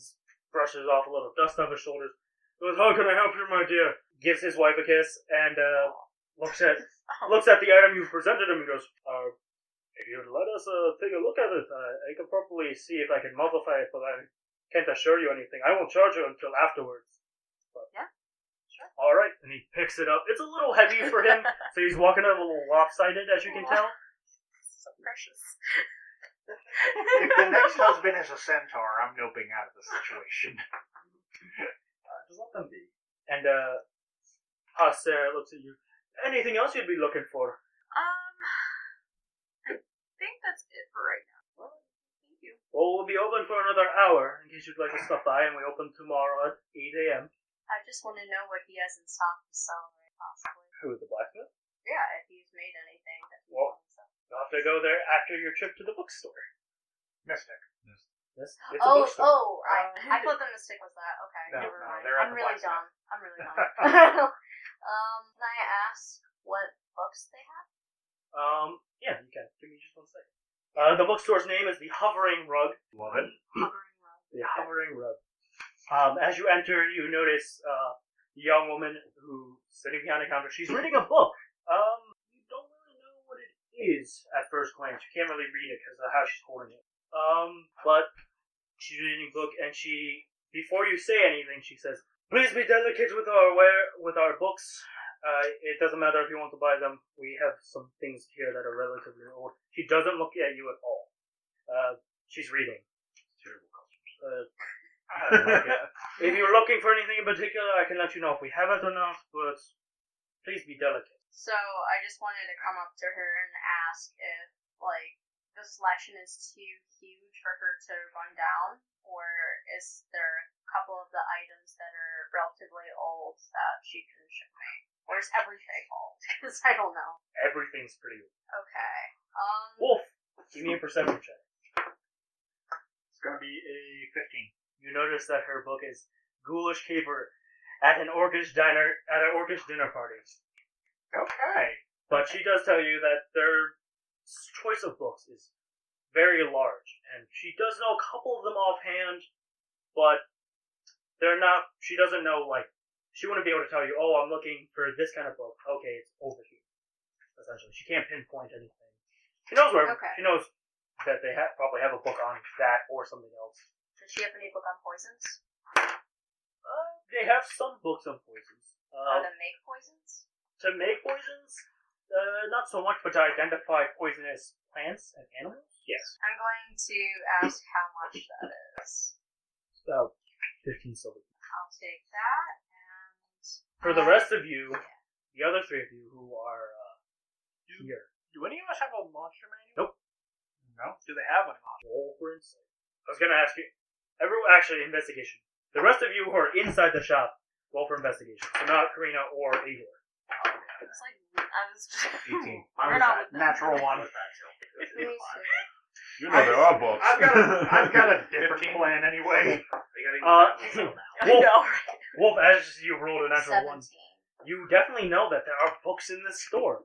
Speaker 1: brushes off a little dust off his shoulders goes how can I help you my dear gives his wife a kiss and uh, looks at looks at the item you presented him and goes uh, if you let us uh, take a look at it uh, I can probably see if I can modify it but I can't assure you anything I won't charge you until afterwards but,
Speaker 8: Yeah,
Speaker 1: sure all right and he picks it up it's a little heavy for him so he's walking out a little lopsided, as you can tell.
Speaker 8: so precious.
Speaker 2: If
Speaker 3: Um,
Speaker 2: the next husband is a centaur, I'm noping out of the situation.
Speaker 1: Just let them be. And uh, Ah, Sarah looks at you. Anything else you'd be looking for?
Speaker 8: Um, I think that's it for right now. thank you.
Speaker 1: Well, we'll be open for another hour in case you'd like to stop by, and we open tomorrow at 8 a.m.
Speaker 3: I just want to know what he has in stock to sell, right? Possibly.
Speaker 1: Who is the blacksmith?
Speaker 3: Yeah, if he's made anything. That he
Speaker 1: Well-
Speaker 3: wants to-
Speaker 1: You'll have to go there after your trip to the bookstore.
Speaker 2: Mystic.
Speaker 1: Yes, it's a
Speaker 3: Oh,
Speaker 1: bookstore.
Speaker 3: oh! I,
Speaker 8: Uh,
Speaker 3: I thought the mistake was that. Okay,
Speaker 2: No,
Speaker 3: never
Speaker 2: no,
Speaker 3: mind.
Speaker 2: they're at
Speaker 3: I'm
Speaker 2: the
Speaker 3: really
Speaker 2: blacksmith.
Speaker 3: dumb. I'm really dumb. um, can I ask what books they have?
Speaker 1: Um, yeah, you can. Give me just one second. Uh, the bookstore's name is the Hovering Rug.
Speaker 2: Love it.
Speaker 3: Hovering Rug.
Speaker 1: The Hovering Rug. Um, as you enter, you notice uh, a young woman who's sitting behind a counter. She's reading a book. Um, is at first glance. You can't really read it because of how she's holding it. Um, but she's reading a book, and she, before you say anything, she says, "Please be delicate with our wear, with our books. Uh, it doesn't matter if you want to buy them. We have some things here that are relatively old." She doesn't look at you at all. Uh, she's reading.
Speaker 2: Terrible customer.
Speaker 1: Uh, if you're looking for anything in particular, I can let you know if we have it or not. But please be delicate.
Speaker 3: So I just wanted to come up to her and ask if, like, the selection is too huge for her to run down, or is there a couple of the items that are relatively old that she can show me? Or is everything old? Because I don't know.
Speaker 1: Everything's pretty. old.
Speaker 3: Okay. Um.
Speaker 1: Wolf, give me a perception check.
Speaker 2: It's gonna be a fifteen.
Speaker 1: You notice that her book is Ghoulish Caper at an Orcish diner at an Orcish dinner party.
Speaker 2: Okay.
Speaker 1: But she does tell you that their choice of books is very large, and she does know a couple of them offhand, but they're not. She doesn't know like she wouldn't be able to tell you. Oh, I'm looking for this kind of book. Okay, it's over here. Essentially, she can't pinpoint anything. She knows where.
Speaker 3: Okay.
Speaker 1: She knows that they ha- probably have a book on that or something else.
Speaker 3: Does she have any book on poisons?
Speaker 1: Uh, they have some books on poisons. Uh,
Speaker 3: How to make poisons?
Speaker 1: to make poisons, uh, not so much, but to identify poisonous plants and animals. Yes.
Speaker 3: I'm going to ask how much that is.
Speaker 1: So, 15 silver.
Speaker 3: I'll take that. And
Speaker 1: For the rest of you, the other three of you who are uh, here,
Speaker 5: Do any of us have a monster manual?
Speaker 1: Nope.
Speaker 5: No. Do they have one?
Speaker 1: roll for insight. I was going to ask you, everyone, actually, investigation. The rest of you who are inside the shop, roll for investigation. So, not Karina or Igor.
Speaker 8: It's like I was just.
Speaker 2: 18.
Speaker 8: Hmm, We're not with them.
Speaker 2: Natural one.
Speaker 3: Me too.
Speaker 4: You know there are books.
Speaker 2: I've got a, I've got a different plan anyway.
Speaker 1: Uh,
Speaker 8: I
Speaker 1: Wolf,
Speaker 8: know, right?
Speaker 1: Wolf, as you rolled a natural one,
Speaker 3: Seventeen.
Speaker 1: you definitely know that there are books in this store.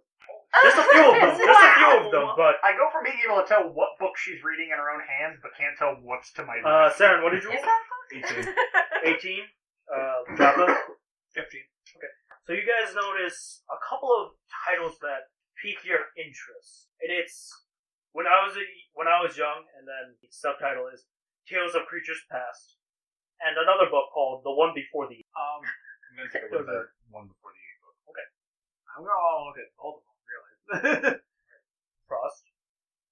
Speaker 1: Just a few of them, just a few of them, but.
Speaker 2: I go from being able to tell what book she's reading in her own hands, but can't tell what's to my
Speaker 1: Uh,
Speaker 2: left.
Speaker 1: Saren, what did you
Speaker 8: Is
Speaker 1: roll?
Speaker 8: that
Speaker 4: 18.
Speaker 1: 18. Uh, Java. 15. Okay. So you guys notice a couple of titles that pique your interest, and it's when I was a, when I was young, and then the subtitle is Tales of Creatures Past, and another book called The One Before the.
Speaker 5: Um,
Speaker 4: I'm going to take a look at that one before the eight book.
Speaker 5: I'm gonna all look at both of them, really.
Speaker 1: Frost.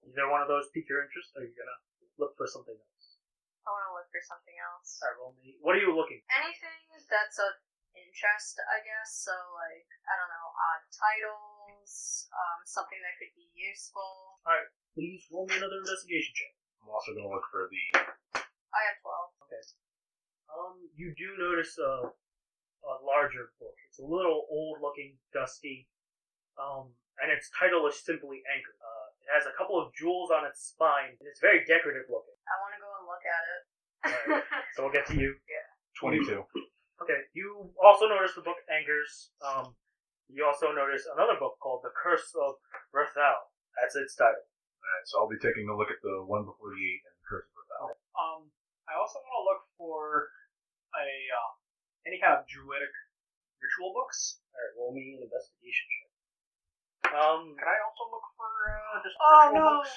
Speaker 1: Either one of those pique your interest, or you're gonna look for something else.
Speaker 3: I want to look for something else.
Speaker 1: All right, roll me. What are you looking?
Speaker 3: anything that's of interest, I guess. So, like, I don't know, odd titles, um, something that could be useful.
Speaker 1: Please roll me another investigation check.
Speaker 4: I'm also going to look for the.
Speaker 3: I have 12.
Speaker 1: Um, you do notice a, a larger book. It's a little old looking, dusty. Um, and its title is simply Anchor. Uh, it has a couple of jewels on its spine, and it's very decorative looking.
Speaker 3: I want to go and look at it.
Speaker 1: So we'll get to you.
Speaker 2: Hmm.
Speaker 4: 22.
Speaker 1: Okay, you also notice the book Anchors. Um, you also notice another book called The Curse of Rathal. That's its title.
Speaker 4: Alright, so I'll be taking a look at the one before the eight and the curse of the valley.
Speaker 5: Um, I also want to look for a uh, any kind of druidic ritual books.
Speaker 1: Alright, roll me an investigation check. Um,
Speaker 2: Can I also look for uh, just
Speaker 5: Oh,
Speaker 2: ritual
Speaker 5: no.
Speaker 2: books?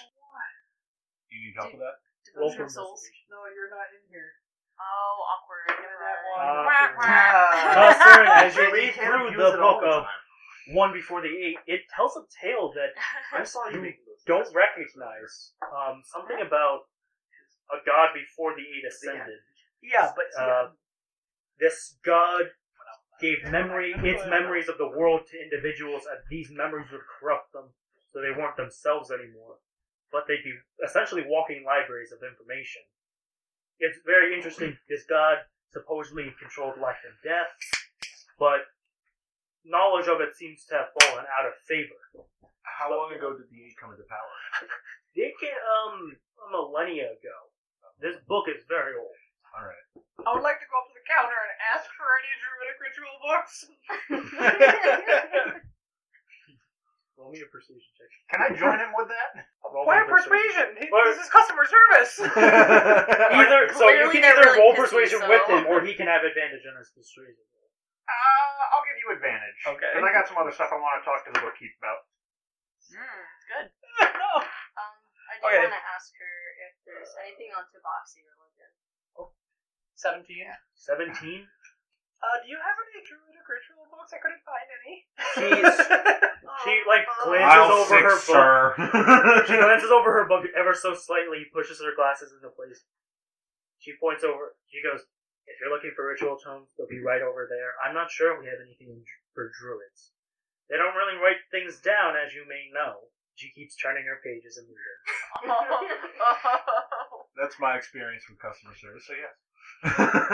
Speaker 4: You need help with that?
Speaker 1: roll
Speaker 3: Devotion
Speaker 1: for
Speaker 3: of souls.
Speaker 1: investigation.
Speaker 5: No, you're not in here.
Speaker 3: Oh, awkward.
Speaker 5: Give me
Speaker 3: Never
Speaker 5: that
Speaker 3: mind.
Speaker 5: one.
Speaker 1: Ah,
Speaker 8: Wah, wah.
Speaker 1: Uh, Saren, as you
Speaker 2: Wait,
Speaker 1: read
Speaker 2: can't
Speaker 1: through
Speaker 2: abuse
Speaker 1: the
Speaker 2: it all
Speaker 1: book
Speaker 2: the
Speaker 1: of
Speaker 2: time.
Speaker 1: One Before the Eight, it tells a tale that
Speaker 2: I saw
Speaker 1: you
Speaker 2: you making those.
Speaker 1: don't recognize. Um, something about a god before the Eight ascended.
Speaker 5: Yeah, but um,
Speaker 1: Uh, this god gave memory, its memories of the world to individuals, and these memories would corrupt them, so they weren't themselves anymore. But they'd be essentially walking libraries of information. It's very interesting. This god supposedly controlled life and death, but knowledge of it seems to have fallen out of favor.
Speaker 4: How long ago did the eight come into power?
Speaker 1: They can um a millennia ago. This book is very old.
Speaker 4: Alright.
Speaker 5: I would like to go up to the counter and ask for any druidic ritual books.
Speaker 8: Uh,
Speaker 1: Roll me a persuasion check.
Speaker 2: Can I join him with that?
Speaker 1: Roll
Speaker 5: Why
Speaker 1: me a
Speaker 5: persuasion? He-
Speaker 1: Or-
Speaker 5: This is customer service.
Speaker 2: Uh,
Speaker 1: Either so you
Speaker 8: Clearly
Speaker 1: can
Speaker 8: they're
Speaker 1: either
Speaker 8: really
Speaker 1: roll
Speaker 8: pissy,
Speaker 1: persuasion
Speaker 8: so-
Speaker 1: with him, or he can have advantage on his persuasion.
Speaker 2: Uh, I'll give you advantage.
Speaker 5: Okay.
Speaker 2: Because I got some other stuff I want to talk to the bookkeep about.
Speaker 8: Mm, good.
Speaker 3: Um,
Speaker 5: Okay.
Speaker 3: want to ask her if there's anything on Tabaxi religion.
Speaker 5: 17.
Speaker 1: 17?
Speaker 5: Uh, do you have any druidic ritual books? I couldn't find any.
Speaker 1: She's, she, like,
Speaker 3: Um,
Speaker 1: glances
Speaker 4: I'll
Speaker 1: over her book.
Speaker 4: six star.
Speaker 1: She glances over her book ever so slightly, pushes her glasses into place. She points over. She goes, "If you're looking for ritual tomes, they'll be right over there. I'm not sure we have anything in, for druids. They don't really write things down, as you may know." She keeps turning her pages and moving.
Speaker 8: Oh.
Speaker 4: That's my experience with customer service. So yes.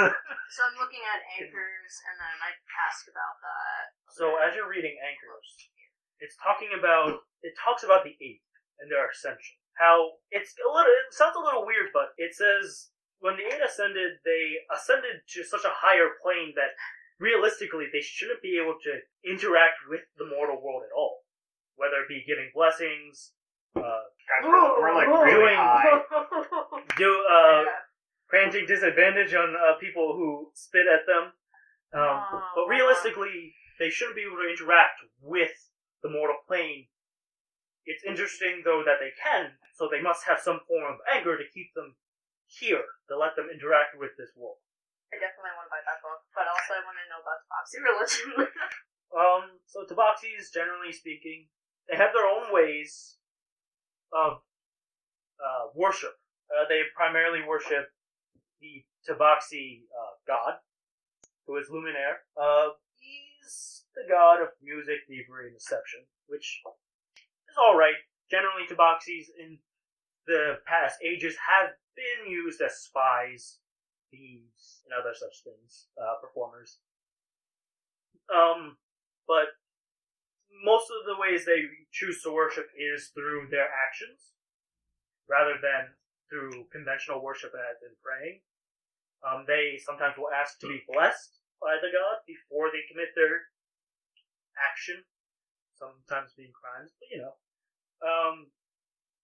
Speaker 3: So I'm looking at anchors, and then I ask about that.
Speaker 1: So as you're reading Anchors, it's talking about it talks about the ape and their ascension. How it's a little it sounds a little weird, but it says when the eight ascended, they ascended to such a higher plane that realistically they shouldn't be able to interact with the mortal world at all, whether it be giving blessings, uh,
Speaker 2: Guys, we're, we're like really
Speaker 1: Doing-
Speaker 2: high.
Speaker 1: do uh,
Speaker 3: Yeah.
Speaker 1: granting disadvantage on uh, people who spit at them. Um,
Speaker 3: Oh,
Speaker 1: but realistically, they shouldn't be able to interact with the mortal plane. It's interesting, though, that they can, so they must have some form of anger to keep them here, to let them interact with this world.
Speaker 3: I definitely want to buy that book, but also I want to know about Tabaxi religion.
Speaker 1: Um, so Tabaxis, generally speaking, they have their own ways of uh, worship. Uh, they primarily worship the Tabaxi uh, god, who is Luminaire. Uh, he's the god of music, thievery, and deception, which is alright. Generally, Tabaxis in the past ages have been used as spies, thieves, and other such things, uh, performers. Um, but most of the ways they choose to worship is through their actions rather than through conventional worship as in praying. Um, they sometimes will ask to be blessed by the god before they commit their action, sometimes being crimes, but you know. Um,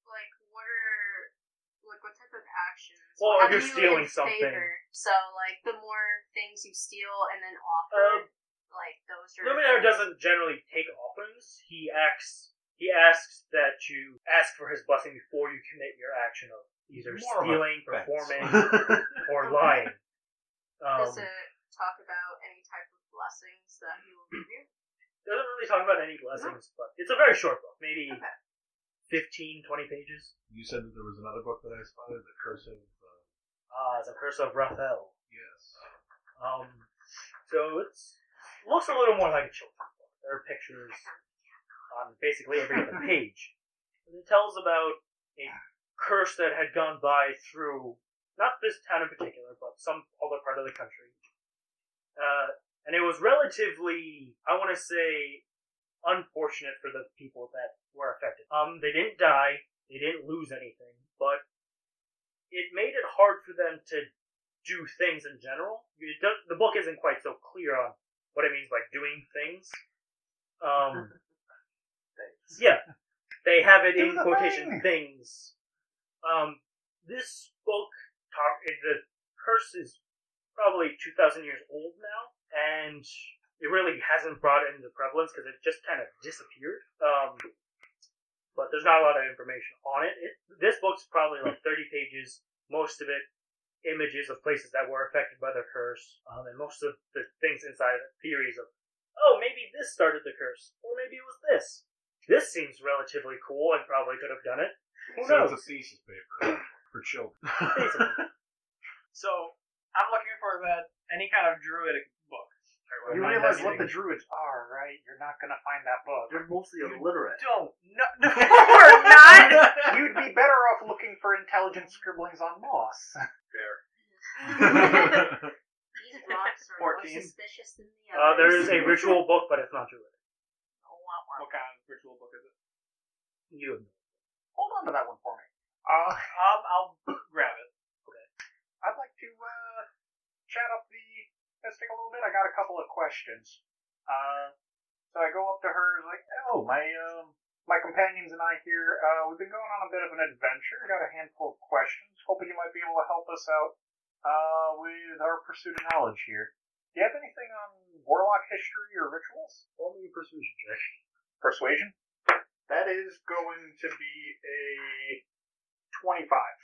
Speaker 3: like, what are like what type of actions?
Speaker 1: Well,
Speaker 3: have
Speaker 1: if you're
Speaker 3: you
Speaker 1: stealing
Speaker 3: in
Speaker 1: something-
Speaker 3: favor? so like the more things you steal and then
Speaker 1: Um,
Speaker 3: offer, like those are.
Speaker 1: Luminaire doesn't generally take offerings. He acts. He asks that you ask for his blessing before you commit your action of either
Speaker 4: More of a
Speaker 1: stealing,
Speaker 4: Thanks.
Speaker 1: performing, or lying. Um,
Speaker 3: Does it talk about any type of blessings that he will give you?
Speaker 1: doesn't really talk about any blessings, but it's a very short book, maybe
Speaker 3: Okay.
Speaker 1: fifteen, twenty 15, 20 pages.
Speaker 4: you said that there was another book that I spotted, The Curse of. Uh,
Speaker 1: Uh, the Curse of Raphael.
Speaker 4: yes.
Speaker 1: Um, so it's looks a little more like a children's book. There are pictures on basically every other page. And it tells about a curse that had gone by through not this town in particular, but some other part of the country. Uh, and it was relatively, I want to say, unfortunate for the people that were affected. Um, they didn't die, they didn't lose anything, but it made it hard for them to do things in general. It does, the book isn't quite so clear on what it means by doing things. Um, yeah, they have it
Speaker 4: Do
Speaker 1: in
Speaker 4: the
Speaker 1: quotation
Speaker 4: thing.
Speaker 1: things. Um, this book, talk, the curse is probably 2,000 years old now, and it really hasn't brought it into prevalence because it just kind of disappeared. Um, but there's not a lot of information on it. it. This book's probably like 30 pages, most of it images of places that were affected by the curse, um, and most of the things inside of it, theories of, oh, maybe this started the curse, or maybe it was this. This seems relatively cool and probably could have done it. Who
Speaker 4: So
Speaker 1: knows?
Speaker 4: it's a thesis paper for children.
Speaker 1: Basically.
Speaker 5: So, I'm looking for that any kind of druidic book.
Speaker 7: You
Speaker 1: Remind
Speaker 7: realize
Speaker 1: us
Speaker 7: what the
Speaker 1: again.
Speaker 7: druids
Speaker 2: All right, you're not gonna find that book.
Speaker 7: are mostly illiterate.
Speaker 5: Don't. No, no we're not!
Speaker 2: You'd be better off looking for intelligent scribblings on moss.
Speaker 3: These rocks are more
Speaker 5: 14.
Speaker 3: suspicious than the
Speaker 1: Uh,
Speaker 3: others.
Speaker 1: there is a ritual book, but it's not druidic.
Speaker 5: what kind of ritual book is it?
Speaker 1: You have
Speaker 2: Hold on to that one for me. Uh,
Speaker 5: Um, I'll grab it.
Speaker 2: I'd like to uh, chat up the mystic a little bit. I got a couple of questions. Uh, so I go up to her like, "Oh, my um, my companions and I here, uh, we've been going on a bit of an adventure. Got a handful of questions. Hoping you might be able to help us out uh, with our pursuit of knowledge here. Do you have anything on warlock history or rituals?
Speaker 4: Only a persuasion check.
Speaker 2: Persuasion. That is going to be a Twenty-five.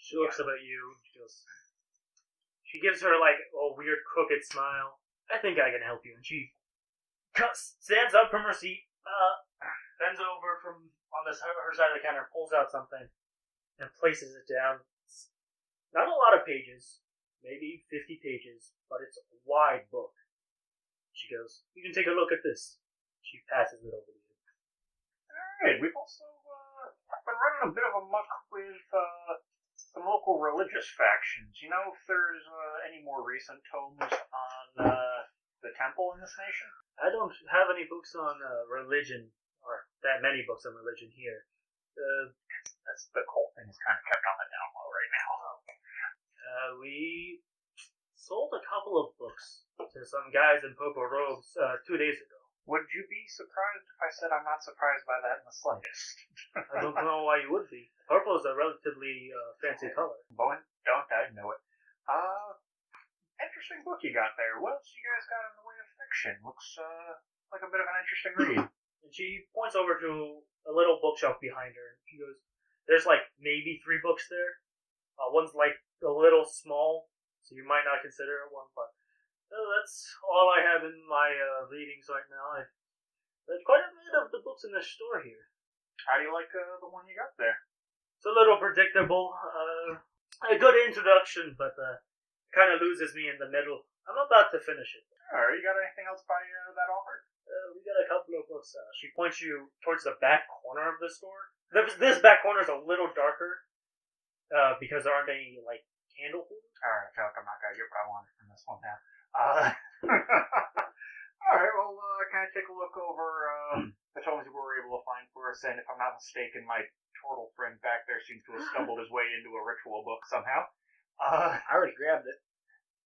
Speaker 1: She looks up at you. She goes. She gives her like a weird crooked smile. I think I can help you. And she cuts, stands up from her seat, uh, bends over from on this her, her side of the counter, pulls out something, and places it down. It's not a lot of pages, maybe fifty pages, but it's a wide book. She goes. You can take a look at this. She passes it over to you.
Speaker 2: Alright, we've also uh, been running a bit of a muck with uh, some local religious factions. You know if there's uh, any more recent tomes on uh, the temple in this nation?
Speaker 1: I don't have any books on uh, religion, or that many books on religion here. Uh,
Speaker 2: That's the whole thing is kind of kept on the down low right now.
Speaker 1: uh, we sold a couple of books to some guys in purple robes uh, two days ago.
Speaker 2: Would you be surprised if I said I'm not surprised by that in the slightest?
Speaker 1: I don't know why you would be. Purple is a relatively uh, fancy color.
Speaker 2: Bowen, don't I know it? Uh, interesting book you got there. What else you guys got in the way of fiction? Looks uh like a bit of an interesting read.
Speaker 9: Hmm.
Speaker 1: And she points over to a little bookshelf behind her. And she goes, "There's like maybe three books there. Uh, one's like a little small, so you might not consider it one, but uh, that's all I have in my uh, readings right now. I read quite a bit of the books in the store here.
Speaker 2: How do you like uh, the one you got there?
Speaker 1: It's a little predictable. Uh, a good introduction, but uh, kind of loses me in the middle. I'm about to finish it.
Speaker 2: Or you got anything else by uh, that author?
Speaker 1: Uh, we got a couple of books. Uh, she points you towards the back corner of the store. This, this back corner is a little darker uh, because there aren't any like candle holders.
Speaker 2: All right, I feel like I'm not gonna get what I wanted from this one now. Uh, all right, well, uh, can I take a look over um, the tomes we were able to find for us? And if I'm not mistaken, my turtle friend back there seems to have stumbled his way into a ritual book somehow. Uh,
Speaker 9: I already grabbed it.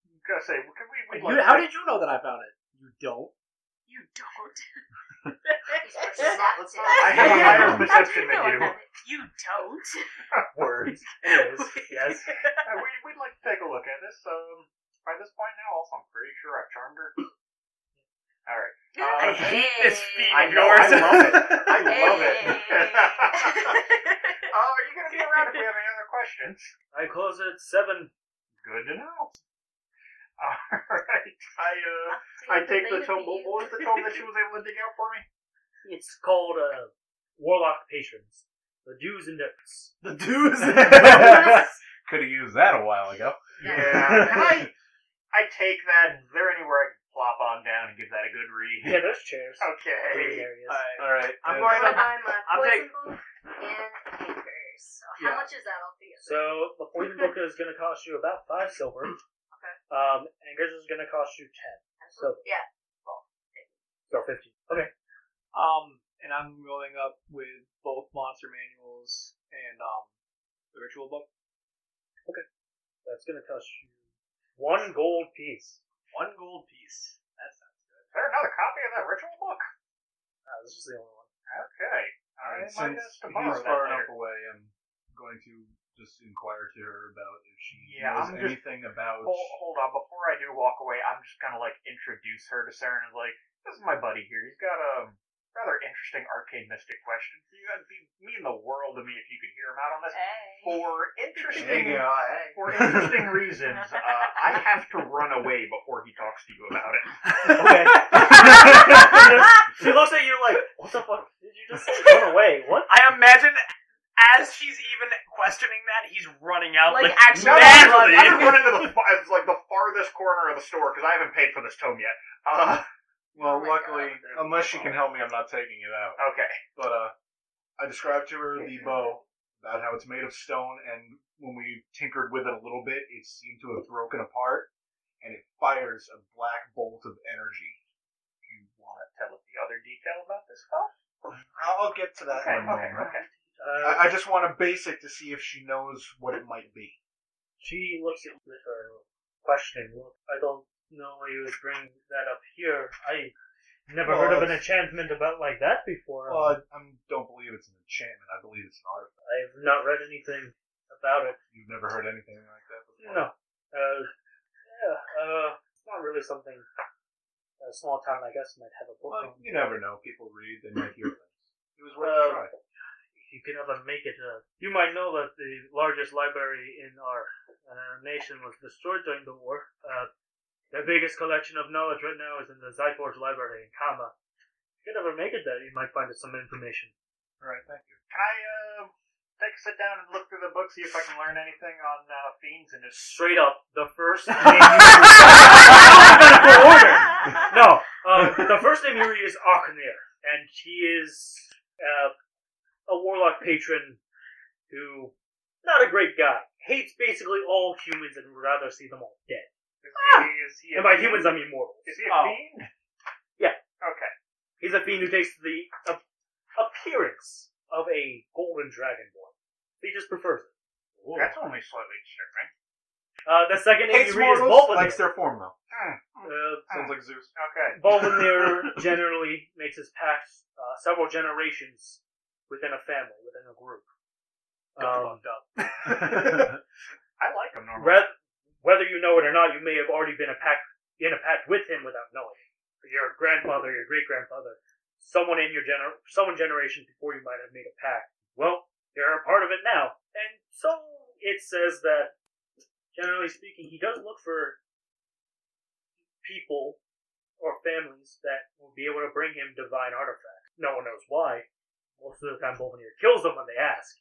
Speaker 2: I'm gonna say, can we? we'd
Speaker 9: You,
Speaker 2: like
Speaker 9: how
Speaker 2: to-
Speaker 9: did you know that I found it? You don't.
Speaker 8: You don't.
Speaker 3: That's it.
Speaker 2: I have a higher
Speaker 8: How do
Speaker 2: perception than
Speaker 8: you know
Speaker 2: you.
Speaker 8: I have it? You don't.
Speaker 2: Words.
Speaker 1: Anyways, yes.
Speaker 2: Uh, we, we'd like to take a look at this. Um, by this point now, also, I'm pretty sure I've charmed her. All right.
Speaker 5: I
Speaker 2: Uh,
Speaker 5: hate this feat
Speaker 2: I
Speaker 5: of
Speaker 2: know,
Speaker 5: yours.
Speaker 2: I love it. I love it.
Speaker 8: Hey.
Speaker 2: Oh, are you going to be around if we have any other questions?
Speaker 1: I close at seven.
Speaker 2: Good to know. All right. I uh, I take the tome. What was the tome that she was able to dig out for me?
Speaker 1: It's called uh, Warlock Patrons: The Dues and Don'ts.
Speaker 4: The dudes. Could have used that a while ago.
Speaker 2: Yeah. Can I I take that. Is there anywhere I can plop on down and give that a good read?
Speaker 1: Yeah, there's chairs. Reading
Speaker 2: Okay.
Speaker 1: areas.
Speaker 2: Uh,
Speaker 4: All right. uh,
Speaker 2: I'm going to.
Speaker 3: I'm a
Speaker 5: I'm
Speaker 3: poison
Speaker 5: taking-
Speaker 3: book and papers. So how
Speaker 1: Yeah.
Speaker 3: much is that altogether?
Speaker 1: So the poison book is going to cost you about five silver. Okay. Um, and Grizz is going to cost you ten. So
Speaker 3: Yeah.
Speaker 1: so fifteen. Okay.
Speaker 9: Um, and I'm going up with both monster manuals and um, the ritual book.
Speaker 1: That's going to cost you one gold piece.
Speaker 9: One gold piece. That sounds good.
Speaker 2: Is there another copy of that ritual book?
Speaker 1: Uh, this is the only one.
Speaker 2: Okay. All
Speaker 4: and
Speaker 2: right. I might
Speaker 4: since
Speaker 2: have to borrow
Speaker 4: he's
Speaker 2: that
Speaker 4: far
Speaker 2: later.
Speaker 4: enough away, I'm going to just inquire to her about if she
Speaker 2: Yeah,
Speaker 4: knows
Speaker 2: I'm just-
Speaker 4: anything about.
Speaker 2: Hold, hold on, before I do walk away, I'm just gonna like introduce her to Saren and like, this is my buddy here. He's got a rather interesting arcane mystic question. You would be mean the world to me if you could hear him out on
Speaker 3: Uh,
Speaker 2: this.
Speaker 4: There
Speaker 2: For
Speaker 4: you
Speaker 2: interesting,
Speaker 4: go, hey.
Speaker 2: for interesting reasons, uh, I have to run away before he talks to you about it.
Speaker 1: Okay. she looks at you like, what the fuck did you just say? Run away. What?
Speaker 5: I imagine as she's even questioning that, he's running out. Like,
Speaker 8: Like,
Speaker 5: actually,
Speaker 2: No, no, I'm gonna run-
Speaker 5: madly.
Speaker 2: I'm gonna run into the fa- it's like the farthest corner of the store because I haven't paid for this tome yet. Uh,
Speaker 4: Well,
Speaker 3: Oh my
Speaker 4: luckily, unless she can help me, I'm not taking it out.
Speaker 2: okay.
Speaker 4: But uh, I described to her the bow about how it's made of stone, and when we tinkered with it a little bit, it seemed to have broken apart, and it fires a black bolt of energy.
Speaker 2: You want to tell us the other detail about this stuff?
Speaker 4: I'll, I'll get to that
Speaker 2: Okay,
Speaker 4: in a moment.
Speaker 2: okay, okay.
Speaker 1: Uh,
Speaker 4: I, I just want a basic to see if she knows what it might be.
Speaker 1: She looks at you with her questioning look. I don't know why you would bring that up here. I never
Speaker 4: Well,
Speaker 1: heard of an
Speaker 4: it's-
Speaker 1: enchantment about like that before.
Speaker 4: Well, I, I don't believe it's an enchantment. I believe it's an artifact.
Speaker 1: I've not read anything about it.
Speaker 4: You've never heard anything like that before.
Speaker 1: No. Uh, yeah, uh, it's not really something a small town like us might have a book
Speaker 4: Well,
Speaker 1: on.
Speaker 4: you never know. People read. They might hear things. It was worth a
Speaker 1: Uh,
Speaker 4: try.
Speaker 1: She could never make it. Uh, you might know that the largest library in our uh, nation was destroyed during the war. Uh, their biggest collection of knowledge right now is in the Zyforge Library in Kama. If you could ever make it there, you might find some information.
Speaker 2: All right, thank you. Can I uh, take a sit down and look through the book, see if I can learn anything on uh, fiends and just
Speaker 1: Straight up, the first name you order. No, uh, the first name you read is Aknir, and he is uh, a warlock patron who, not a great guy, hates basically all humans and would rather see them all dead.
Speaker 2: is he, is he a
Speaker 1: And by
Speaker 2: fiend?
Speaker 1: humans, I mean mortals.
Speaker 2: Is he a
Speaker 1: Oh.
Speaker 2: fiend?
Speaker 1: Yeah.
Speaker 2: Okay.
Speaker 1: He's a fiend who takes the uh, appearance of a golden dragonborn. He just prefers it.
Speaker 2: That's only slightly disturbing.
Speaker 1: Uh, the second name
Speaker 4: Hates
Speaker 1: you read is
Speaker 4: mortals,
Speaker 1: Bolvanir.
Speaker 4: likes their form though.
Speaker 1: Uh,
Speaker 4: Sounds like Zeus.
Speaker 2: Okay.
Speaker 1: Bolvanir generally makes his pact uh, several generations within a family, within a group. Um,
Speaker 2: I like him normally.
Speaker 1: Reth- whether you know it or not, you may have already been a pact in a pact with him without knowing. it. Your grandfather, your great grandfather, someone in your gener, someone generation before you might have made a pact. Well, you're a part of it now, and so it says that, generally speaking, he does look for people or families that will be able to bring him divine artifacts. No one knows why. Most of the time, Bolvanir kills them when they ask.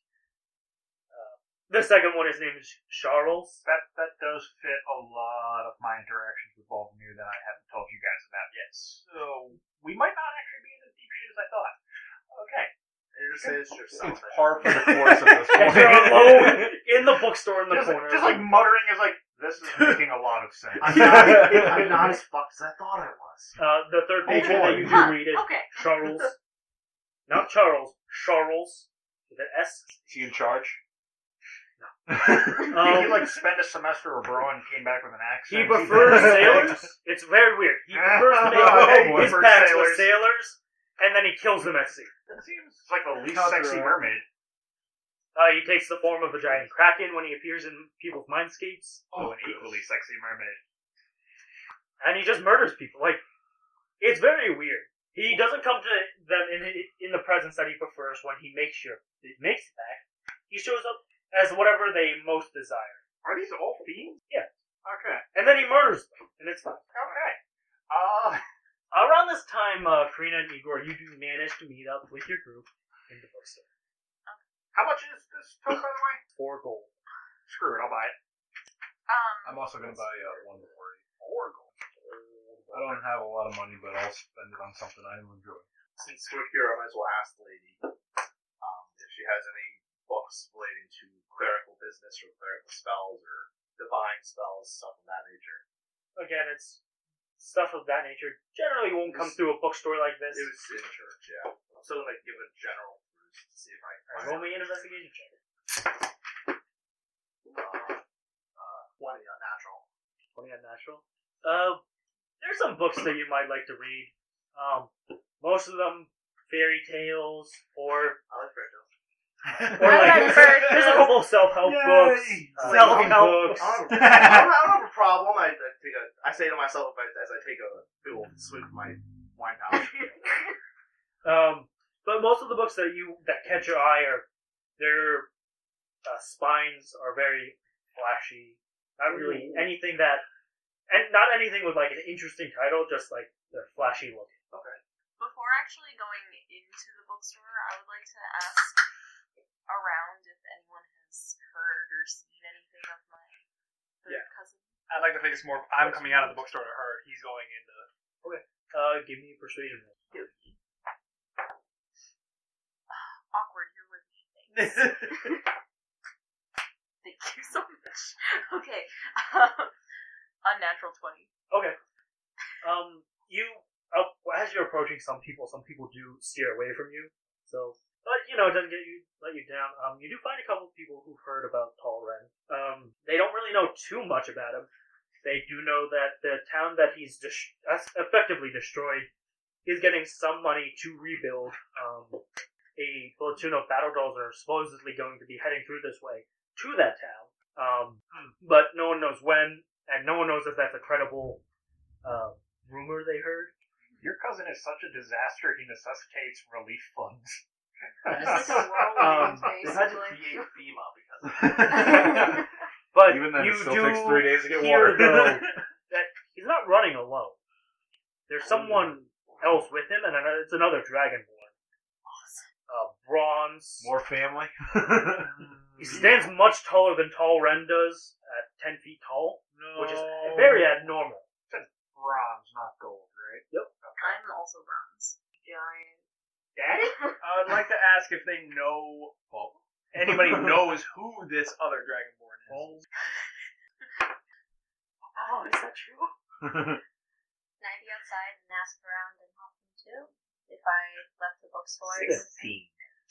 Speaker 1: Uh, the second one, his name is Charles.
Speaker 2: That that does fit a lot of my interactions with Baltimore that I haven't told you guys about yet. So we might not actually be in as deep shit as I thought. Okay.
Speaker 7: You're just saying it's yourself.
Speaker 4: It's par for the course at this
Speaker 1: Yes,
Speaker 4: point.
Speaker 1: they're alone in the bookstore in the
Speaker 2: Just,
Speaker 1: corner.
Speaker 2: just like muttering is like this is making a lot of sense.
Speaker 7: I'm not, I'm not as fucked as I thought I was.
Speaker 1: uh, the third
Speaker 4: Oh,
Speaker 1: patron
Speaker 4: boy.
Speaker 1: that you
Speaker 8: Huh,
Speaker 1: do read is
Speaker 8: okay.
Speaker 1: Charles. Not Charles, Charles with an S.
Speaker 4: Is he in charge?
Speaker 2: Did
Speaker 1: Um,
Speaker 2: he like spend a semester abroad and came back with an accent?
Speaker 1: he prefers sailors. It's very weird. He prefers
Speaker 2: Oh,
Speaker 1: sailors.
Speaker 4: boy.
Speaker 1: his
Speaker 2: Prefers
Speaker 1: packs
Speaker 2: sailors.
Speaker 1: with sailors, and then he kills them at sea.
Speaker 2: Seems like the least
Speaker 4: Cut
Speaker 2: sexy
Speaker 4: throat.
Speaker 2: mermaid.
Speaker 1: Uh, he takes the form of a giant kraken when he appears in people's mindscapes,
Speaker 2: Oh, an equally sexy mermaid.
Speaker 1: and he just murders people. Like it's very weird. He doesn't come to them in in the presence that he prefers when he makes your he makes it back. He shows up as whatever they most desire,
Speaker 2: Are these all fiends?
Speaker 1: Yeah.
Speaker 2: Okay.
Speaker 1: and then he murders them, and it's fine.
Speaker 2: Okay. Uh,
Speaker 1: Around this time, uh, Karina and Igor, you do manage to meet up with your group in the bookstore
Speaker 2: how much is this tote, by the way?
Speaker 1: for gold.
Speaker 2: Screw it, I'll buy it.
Speaker 8: Um,
Speaker 4: I'm also gonna buy uh, one before you. I don't have a lot of money, but I'll spend it on something I enjoy.
Speaker 7: Since we're here, I might as well ask the lady um, if she has any books relating to clerical business or clerical spells or divine spells, stuff of that nature.
Speaker 1: Again, it's stuff of that nature. Generally, won't come through a bookstore like this.
Speaker 7: It was in church, yeah. I'm still gonna give it a general peruse to see if I can
Speaker 1: Roll me an investigation check.
Speaker 7: uh, uh, 20 unnatural.
Speaker 1: Twenty unnatural. Uh, there's some books that you might like to read. Um, most of them fairy tales or
Speaker 7: I like fairy tales.
Speaker 1: or like there's a couple self help books,
Speaker 7: Yay!
Speaker 1: self help
Speaker 7: Self-help.
Speaker 1: books.
Speaker 7: I don't, I don't have a problem. I, I take a, I say to myself if I, as I take a big old swig of my wine pouch.
Speaker 1: Um, but most of the books that you that catch your eye are their uh, spines are very flashy. Not really anything that, and not anything with like an interesting title. Just like they're flashy looking.
Speaker 8: Before actually going into the bookstore, I would like to ask around if anyone has heard or seen anything of my third
Speaker 9: Yeah.
Speaker 8: cousin.
Speaker 9: I'd like to think it's more. I'm coming out of the bookstore to her. He's going into.
Speaker 1: Uh, give me a persuasion roll.
Speaker 8: Awkward, you're with me. Thanks. Thank you so much. Okay. um, Unnatural 20.
Speaker 1: Um, you uh, as you're approaching some people, some people do steer away from you. So, but you know, it doesn't get you let you down. Um, you do find a couple of people who've heard about Tall Ren. Um, they don't really know too much about him. They do know that the town that he's dis- that's effectively destroyed is getting some money to rebuild. Um, a platoon of battle dolls are supposedly going to be heading through this way to that town. Um, but no one knows when, and no one knows if that's a credible uh, rumor they heard.
Speaker 2: Your cousin is such a disaster, he necessitates relief funds.
Speaker 3: Just like a
Speaker 1: Um,
Speaker 3: whirlwind,
Speaker 7: They had to
Speaker 3: basically.
Speaker 7: create FEMA because of
Speaker 1: But
Speaker 4: Even then,
Speaker 1: you
Speaker 4: it still
Speaker 1: do
Speaker 4: takes three days to get
Speaker 1: hear
Speaker 4: water.
Speaker 1: though that he's not running alone. There's someone else with him, and another, it's another dragonborn. Uh, bronze.
Speaker 4: More family.
Speaker 1: He stands much taller than Tall Ren does, at 10 feet tall, which is
Speaker 4: Oh.
Speaker 1: very abnormal.
Speaker 2: Bronze, not gold, right?
Speaker 8: I'm also bronze.
Speaker 3: Giant.
Speaker 9: Daddy? I would like to ask if they know anybody knows who this other dragonborn is.
Speaker 8: Oh, is that true?
Speaker 3: Can I be outside and ask around and help them too? If I left the bookstore?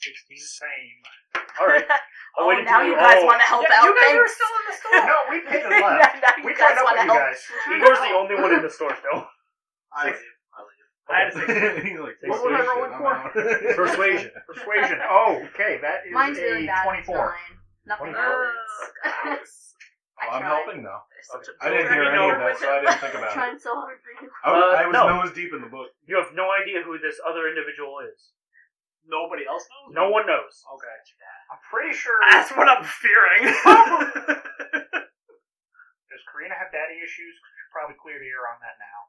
Speaker 2: Sixteen, same.
Speaker 1: Alright.
Speaker 8: Oh, now you guys want to help out.
Speaker 5: you guys are
Speaker 8: oh, thanks.
Speaker 5: still in the store.
Speaker 2: No, we paid and left.
Speaker 8: now you
Speaker 2: we tied
Speaker 8: guys
Speaker 2: up
Speaker 8: want
Speaker 2: with
Speaker 8: to
Speaker 2: you
Speaker 8: help.
Speaker 2: guys.
Speaker 1: Igor's the only one in the store still.
Speaker 4: I leave.
Speaker 1: I had to say
Speaker 4: He's like,
Speaker 1: What was I
Speaker 4: "Shit,
Speaker 2: rolling
Speaker 4: I'm
Speaker 2: for?"
Speaker 4: out."
Speaker 1: persuasion.
Speaker 2: Persuasion. Oh, okay, that is
Speaker 3: Mine's
Speaker 2: a
Speaker 3: really bad. It's
Speaker 2: twenty-four.
Speaker 3: nine. Nothing
Speaker 2: 24.
Speaker 3: happens.
Speaker 4: Oh, I'm
Speaker 3: tried.
Speaker 4: helping now.
Speaker 8: There's such a
Speaker 4: I didn't
Speaker 8: builder.
Speaker 4: hear any of that, so I didn't think
Speaker 3: I'm
Speaker 4: about it.
Speaker 3: trying so hard for you.
Speaker 4: I, was- I
Speaker 1: Uh,
Speaker 4: was
Speaker 1: no.
Speaker 4: nose deep in the book.
Speaker 1: You have no idea who this other individual is.
Speaker 9: Nobody else knows?
Speaker 1: No one knows.
Speaker 9: Okay.
Speaker 2: I'm pretty sure.
Speaker 5: That's what I'm fearing.
Speaker 2: Does Karina have daddy issues? We should probably clear the air on that now.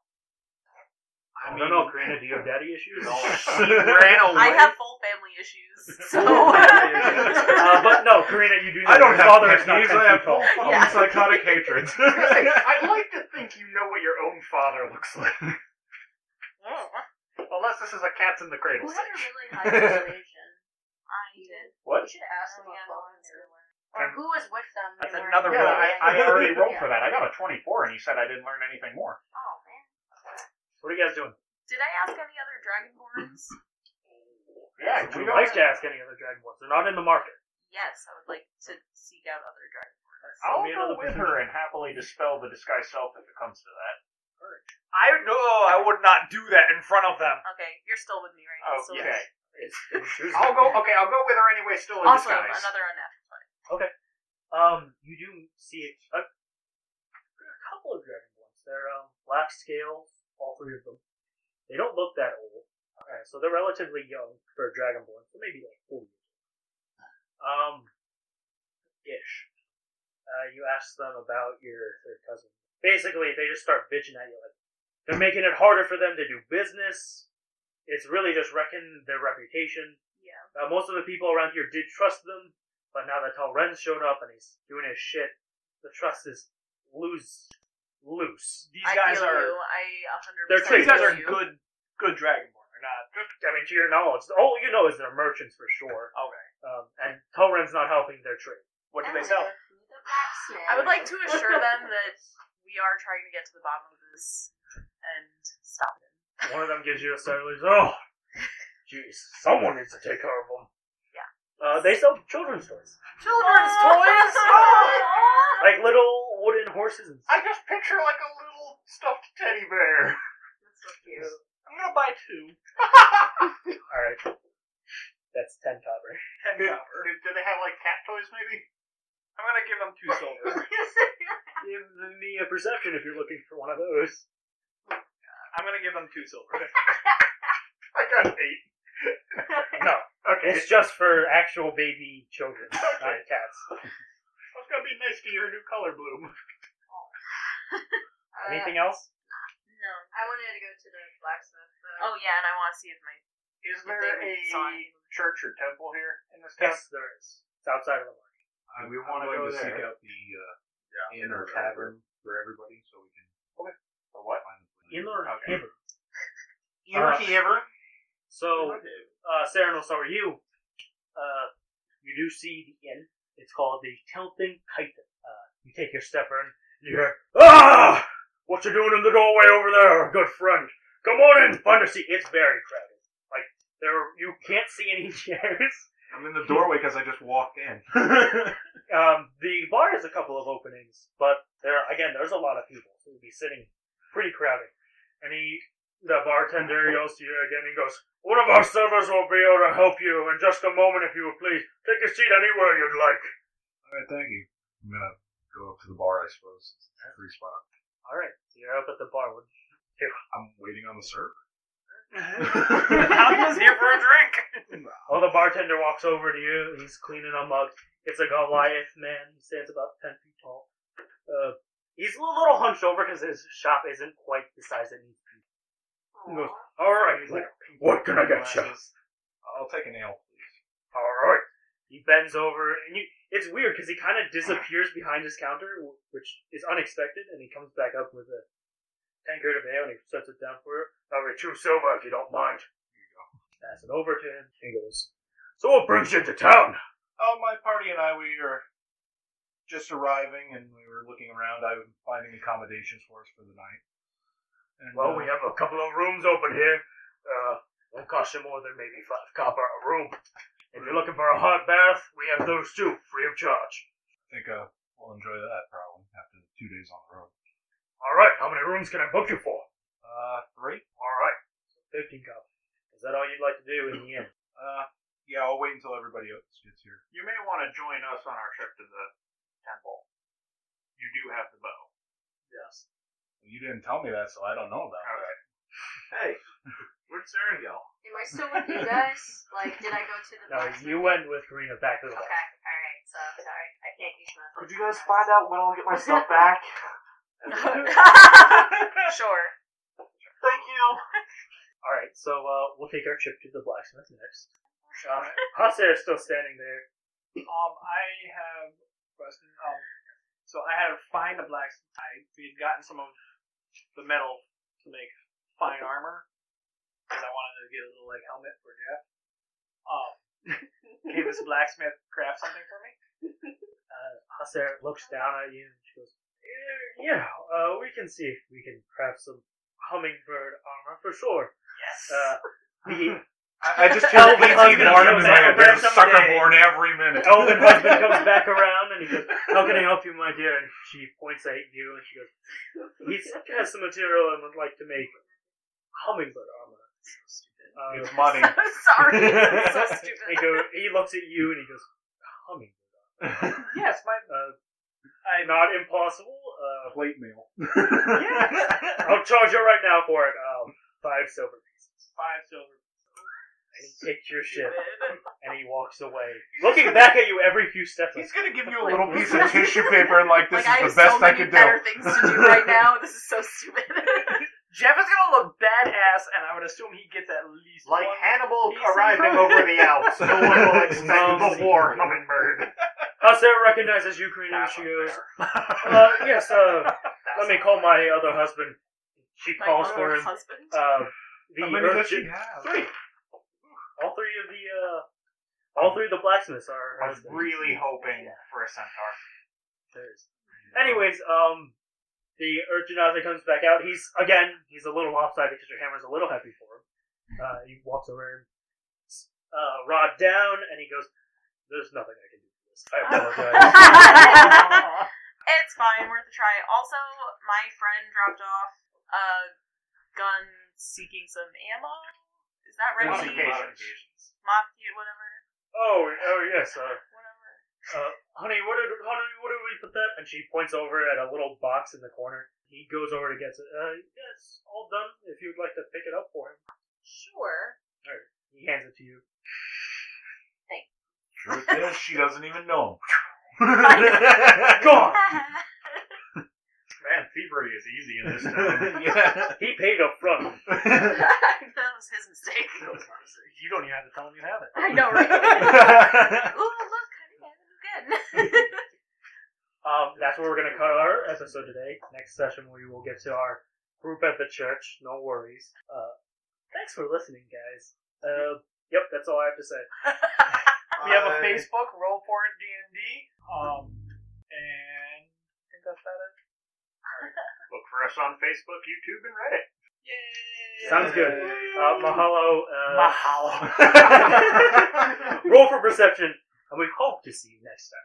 Speaker 1: I, don't know, Karina, do you have daddy issues?
Speaker 9: Ran away.
Speaker 8: I have full family issues, so
Speaker 1: uh, but no, Karina, you do know.
Speaker 4: I don't
Speaker 1: Your
Speaker 4: have
Speaker 1: father is
Speaker 4: pet
Speaker 1: not
Speaker 4: peeves. I
Speaker 1: 10 feet
Speaker 4: have
Speaker 1: tall.
Speaker 4: full fucking
Speaker 8: Yeah.
Speaker 4: psychotic hatred.
Speaker 2: I'd like to think you know what your own father looks like.
Speaker 5: Um,
Speaker 2: Unless this is a cats in the cradle.
Speaker 3: Who had a really high persuasion?
Speaker 8: I did.
Speaker 3: You should ask them what bone they were wearing. Or who was with them. they
Speaker 9: That's
Speaker 3: were
Speaker 9: another
Speaker 2: Yeah,
Speaker 9: roll.
Speaker 3: wearing.
Speaker 2: I, I already rolled for that. I got a 24, and you said I didn't learn anything more.
Speaker 3: Oh, man.
Speaker 1: What are you guys doing?
Speaker 8: Did I ask any other dragonborns?
Speaker 2: Yeah,
Speaker 1: Would
Speaker 2: we
Speaker 1: you
Speaker 2: don't.
Speaker 1: like to ask any other dragonborns? They're not in the market.
Speaker 8: yes, I would like to seek out other dragonborns.
Speaker 2: I'll
Speaker 1: me
Speaker 2: go
Speaker 1: another
Speaker 2: with her and happily dispel the disguise self if it comes to that.
Speaker 5: I no, I would not do that in front of them.
Speaker 8: Okay, you're still with me, right?
Speaker 2: Oh,
Speaker 8: Still with
Speaker 2: okay.
Speaker 8: me.
Speaker 2: I'll go. Okay, I'll go with her anyway. Still in
Speaker 8: Also,
Speaker 2: disguise.
Speaker 8: another unnatural twenty.
Speaker 1: Um, you do see a, a, a couple of dragonborns. They're um, black scales, all three of them. They don't look that old, uh, so they're relatively young for a dragonborn, so maybe like four years. Um, ish. Uh, you ask them about your their cousin. Basically, they just start bitching at you like they're making it harder for them to do business. It's really just wrecking their reputation.
Speaker 8: Yeah.
Speaker 1: Uh, most of the people around here did trust them, but now that Tal Ren's shown up and he's doing his shit, the trust is loose. Loose.
Speaker 9: These
Speaker 8: I
Speaker 9: guys
Speaker 8: feel
Speaker 9: are
Speaker 8: you. I a hundred
Speaker 1: They're
Speaker 9: these
Speaker 1: crazy.
Speaker 8: percent
Speaker 9: guys
Speaker 8: feel
Speaker 9: are
Speaker 8: you.
Speaker 9: good good dragonborn. They're not
Speaker 1: Just, I mean, to your knowledge, all you know is they're merchants for sure.
Speaker 9: okay.
Speaker 1: Um, and Tal Ren's not helping their trade.
Speaker 9: What do they
Speaker 3: And
Speaker 9: sell?
Speaker 3: the blacksmith.
Speaker 8: I would like to assure them that we are trying to get to the bottom of this and stop it.
Speaker 1: One of them gives you a sideways, oh, jeez, someone needs to take care of them.
Speaker 8: Yeah.
Speaker 1: Uh, they sell children's toys.
Speaker 8: Children's
Speaker 5: toys?
Speaker 1: Like little wooden horses and stuff.
Speaker 2: I just picture like a little stuffed teddy bear.
Speaker 8: That's so cute.
Speaker 9: I'm gonna buy two.
Speaker 1: Alright. That's 10 copper.
Speaker 9: Ten
Speaker 2: Did,
Speaker 9: copper.
Speaker 2: did, did they have like cat toys maybe?
Speaker 9: I'm gonna give them two silver.
Speaker 1: Give me a perception if you're looking for one of those.
Speaker 9: I'm gonna give them two silver.
Speaker 2: I got eight.
Speaker 1: No.
Speaker 2: Okay.
Speaker 1: It's just for actual baby children, not
Speaker 2: Okay.
Speaker 1: cats.
Speaker 2: I was gonna be nice to your new color bloom.
Speaker 3: Uh,
Speaker 1: Anything else?
Speaker 8: No.
Speaker 3: I wanted to go to the blacksmith, but
Speaker 8: Oh yeah, and I want to see if my
Speaker 2: Is
Speaker 8: If they
Speaker 2: there a
Speaker 8: saw it.
Speaker 2: church or temple here in this town?
Speaker 1: Yes, there is. It's outside of the market.
Speaker 4: I- we want to go
Speaker 2: go there.
Speaker 4: seek out the uh, inn or tavern for everybody, so we can. Okay. For what?
Speaker 1: In or
Speaker 4: Okay.
Speaker 1: Hebrew.
Speaker 2: Here,
Speaker 1: Uh,
Speaker 2: here.
Speaker 1: So, uh, Saranos, how are you? Uh, you do see the inn. It's called the Tilton Titan. Uh, you take your stepper and you hear, Ah! What you doing in the doorway over there, good friend? Come on in, find a seat. It's very crowded. Like, there, you can't see any chairs.
Speaker 4: I'm in the doorway because I just walked in.
Speaker 1: Um, the bar has a couple of openings, but there again, there's a lot of people, so you'll be sitting pretty crowded. And he, the bartender, yells to you again and goes, "One of our servers will be able to help you in just a moment, if you would please take a seat anywhere you'd like."
Speaker 4: All right, thank you. I'm gonna go up to the bar, I suppose. It's a free spot.
Speaker 1: All right, so you're up at the bar. What-
Speaker 4: I'm waiting on the server.
Speaker 5: I'm just here for a drink.
Speaker 1: Oh, Well, the bartender walks over to you. He's cleaning a mug. It's a Goliath man. He stands about ten feet tall. Uh, he's a little hunched over because his shop isn't quite the size it needs to be. He goes, "All right." He's like, "What can I get you?"
Speaker 4: I'll take an ale, please.
Speaker 1: All right. He bends over, and you, it's weird because he kind of disappears behind his counter, wh- which is unexpected, and he comes back up with a tankard of ale and he sets it down for her. I'll be two silver if you don't mind. Here you go. Pass it over to him. He goes, So what brings you to town?
Speaker 4: Oh, my party and I, we were just arriving and we were looking around. I was finding accommodations for us for the night. And,
Speaker 1: Well,
Speaker 4: uh,
Speaker 1: we have a couple of rooms open here. Uh, won't cost you more than maybe five copper a room. If you're looking for a hot bath, we have those too, free of charge.
Speaker 4: I think uh, we'll enjoy that probably after two days on the road.
Speaker 1: All right, how many rooms can I book you for?
Speaker 4: Uh, three?
Speaker 1: All right, so 15 copper. Is that all you'd like to do in the end?
Speaker 4: Uh, yeah, I'll wait until everybody else gets here.
Speaker 2: You may want to join us on our trip to the temple. You do have the bow.
Speaker 7: Yes.
Speaker 4: You didn't tell me that, so I don't know about that.
Speaker 7: Hey, where's Serengil?
Speaker 3: Am I still with you guys? Like, did I go to the
Speaker 1: No,
Speaker 3: blacksmith?
Speaker 1: you went with Karina back to the
Speaker 3: Okay,
Speaker 1: house.
Speaker 3: alright, so sorry. I can't use my.
Speaker 7: Could you guys find out when I'll get my stuff back?
Speaker 8: sure.
Speaker 7: Thank you.
Speaker 1: All right, so uh, we'll take our trip to the blacksmith next. Uh, Hasser is still standing there.
Speaker 9: Um, I have a question. Um, so I had to find a blacksmith. I we had gotten some of the metal to make fine armor because I wanted to get a little like helmet for Jeff. Um, can this blacksmith craft something for me?
Speaker 1: Uh, Hasser looks down at you and she goes, "Eh, "Yeah, uh, we can see if we can craft some hummingbird armor for sure."
Speaker 9: Yes.
Speaker 4: I, I
Speaker 1: Uh, the
Speaker 4: just
Speaker 1: Tell
Speaker 4: can't
Speaker 1: the
Speaker 4: believe
Speaker 1: husband
Speaker 4: even Arnim is
Speaker 1: comes
Speaker 4: like a
Speaker 1: out
Speaker 4: damn
Speaker 1: someday.
Speaker 4: sucker born every minute.
Speaker 1: elven husband oh, comes back around and he goes, "How can I help you, my dear?" And she points at you and she goes, "He has some material and would like to make hummingbird armor." Uh,
Speaker 4: It's money.
Speaker 8: Sorry. so stupid.
Speaker 1: He go. He looks at you and he goes, "Hummingbird."
Speaker 9: yes, my
Speaker 1: Uh, I not impossible. Uh,
Speaker 4: Plate meal.
Speaker 1: I'll charge you right now for it. Uh, five silver pieces.
Speaker 9: five silver.
Speaker 1: And he takes your shit and he walks away, looking back at you every few steps.
Speaker 4: He's gonna give you a little piece of tissue paper and like this
Speaker 8: like, I
Speaker 4: is
Speaker 8: have
Speaker 4: the best
Speaker 8: so
Speaker 4: I
Speaker 8: many
Speaker 4: could do.
Speaker 8: better things to do right now. This is so stupid.
Speaker 9: Jeff is gonna look badass, and I would assume he gets at least
Speaker 2: Like
Speaker 9: one.
Speaker 2: Hannibal
Speaker 9: He's
Speaker 2: arriving
Speaker 9: improved.
Speaker 2: over the Alps, no one will expect
Speaker 1: Um,
Speaker 2: the war hummingbird.
Speaker 1: Hassan recognizes you, Karina, and she goes, uh, "Yes, uh, let me call my other husband." She
Speaker 8: My
Speaker 1: calls
Speaker 8: other
Speaker 1: for him.
Speaker 8: Husband.
Speaker 1: Uh, the
Speaker 4: How many does she
Speaker 1: urchin-
Speaker 4: have?
Speaker 1: three. All three of the uh, all three of the blacksmiths are. her
Speaker 2: I was
Speaker 1: husbands.
Speaker 2: really hoping for a centaur.
Speaker 1: There's. Anyways, um, the Urchinaza comes back out. He's again, he's a little lopsided because your hammer's a little heavy for him. Uh, he walks over and s- uh, rod down, and he goes, "There's nothing I can do for this. I apologize."
Speaker 8: it's fine, worth a try. Also, my friend dropped off a gun seeking some ammo. Is that right?
Speaker 2: Modification.
Speaker 8: Mafia, whatever.
Speaker 1: oh, oh yes, uh,
Speaker 8: Whatever.
Speaker 1: uh, honey, what did honey, what did we put that? And she points over at a little box in the corner. He goes over to gets it. Uh, yeah, it's all done. If you would like to pick it up for him,
Speaker 8: Sure.
Speaker 1: he hands it to you.
Speaker 4: Truth is, she doesn't even know
Speaker 1: Gone.
Speaker 2: Man, thievery is easy in this
Speaker 4: him.
Speaker 2: town.
Speaker 4: yeah.
Speaker 1: He paid up front.
Speaker 8: that was his mistake.
Speaker 9: You don't even have to tell him you have it.
Speaker 8: I know, right? Ooh, look, honey, I have a new gun.
Speaker 1: Um, that's where we're going to cut our episode today. Next session, we will get to our group at the church. No worries. Uh, thanks for listening, guys. Uh, yep, that's all I have to say.
Speaker 9: We have a
Speaker 7: I-
Speaker 9: Facebook, Roll for It D and D. Um, and I think that's about it.
Speaker 2: Look for us on Facebook, YouTube, and Reddit.
Speaker 9: Yay!
Speaker 1: Sounds good. Uh, mahalo. Uh,
Speaker 9: Mahalo.
Speaker 1: roll for perception, and we hope to see you next time.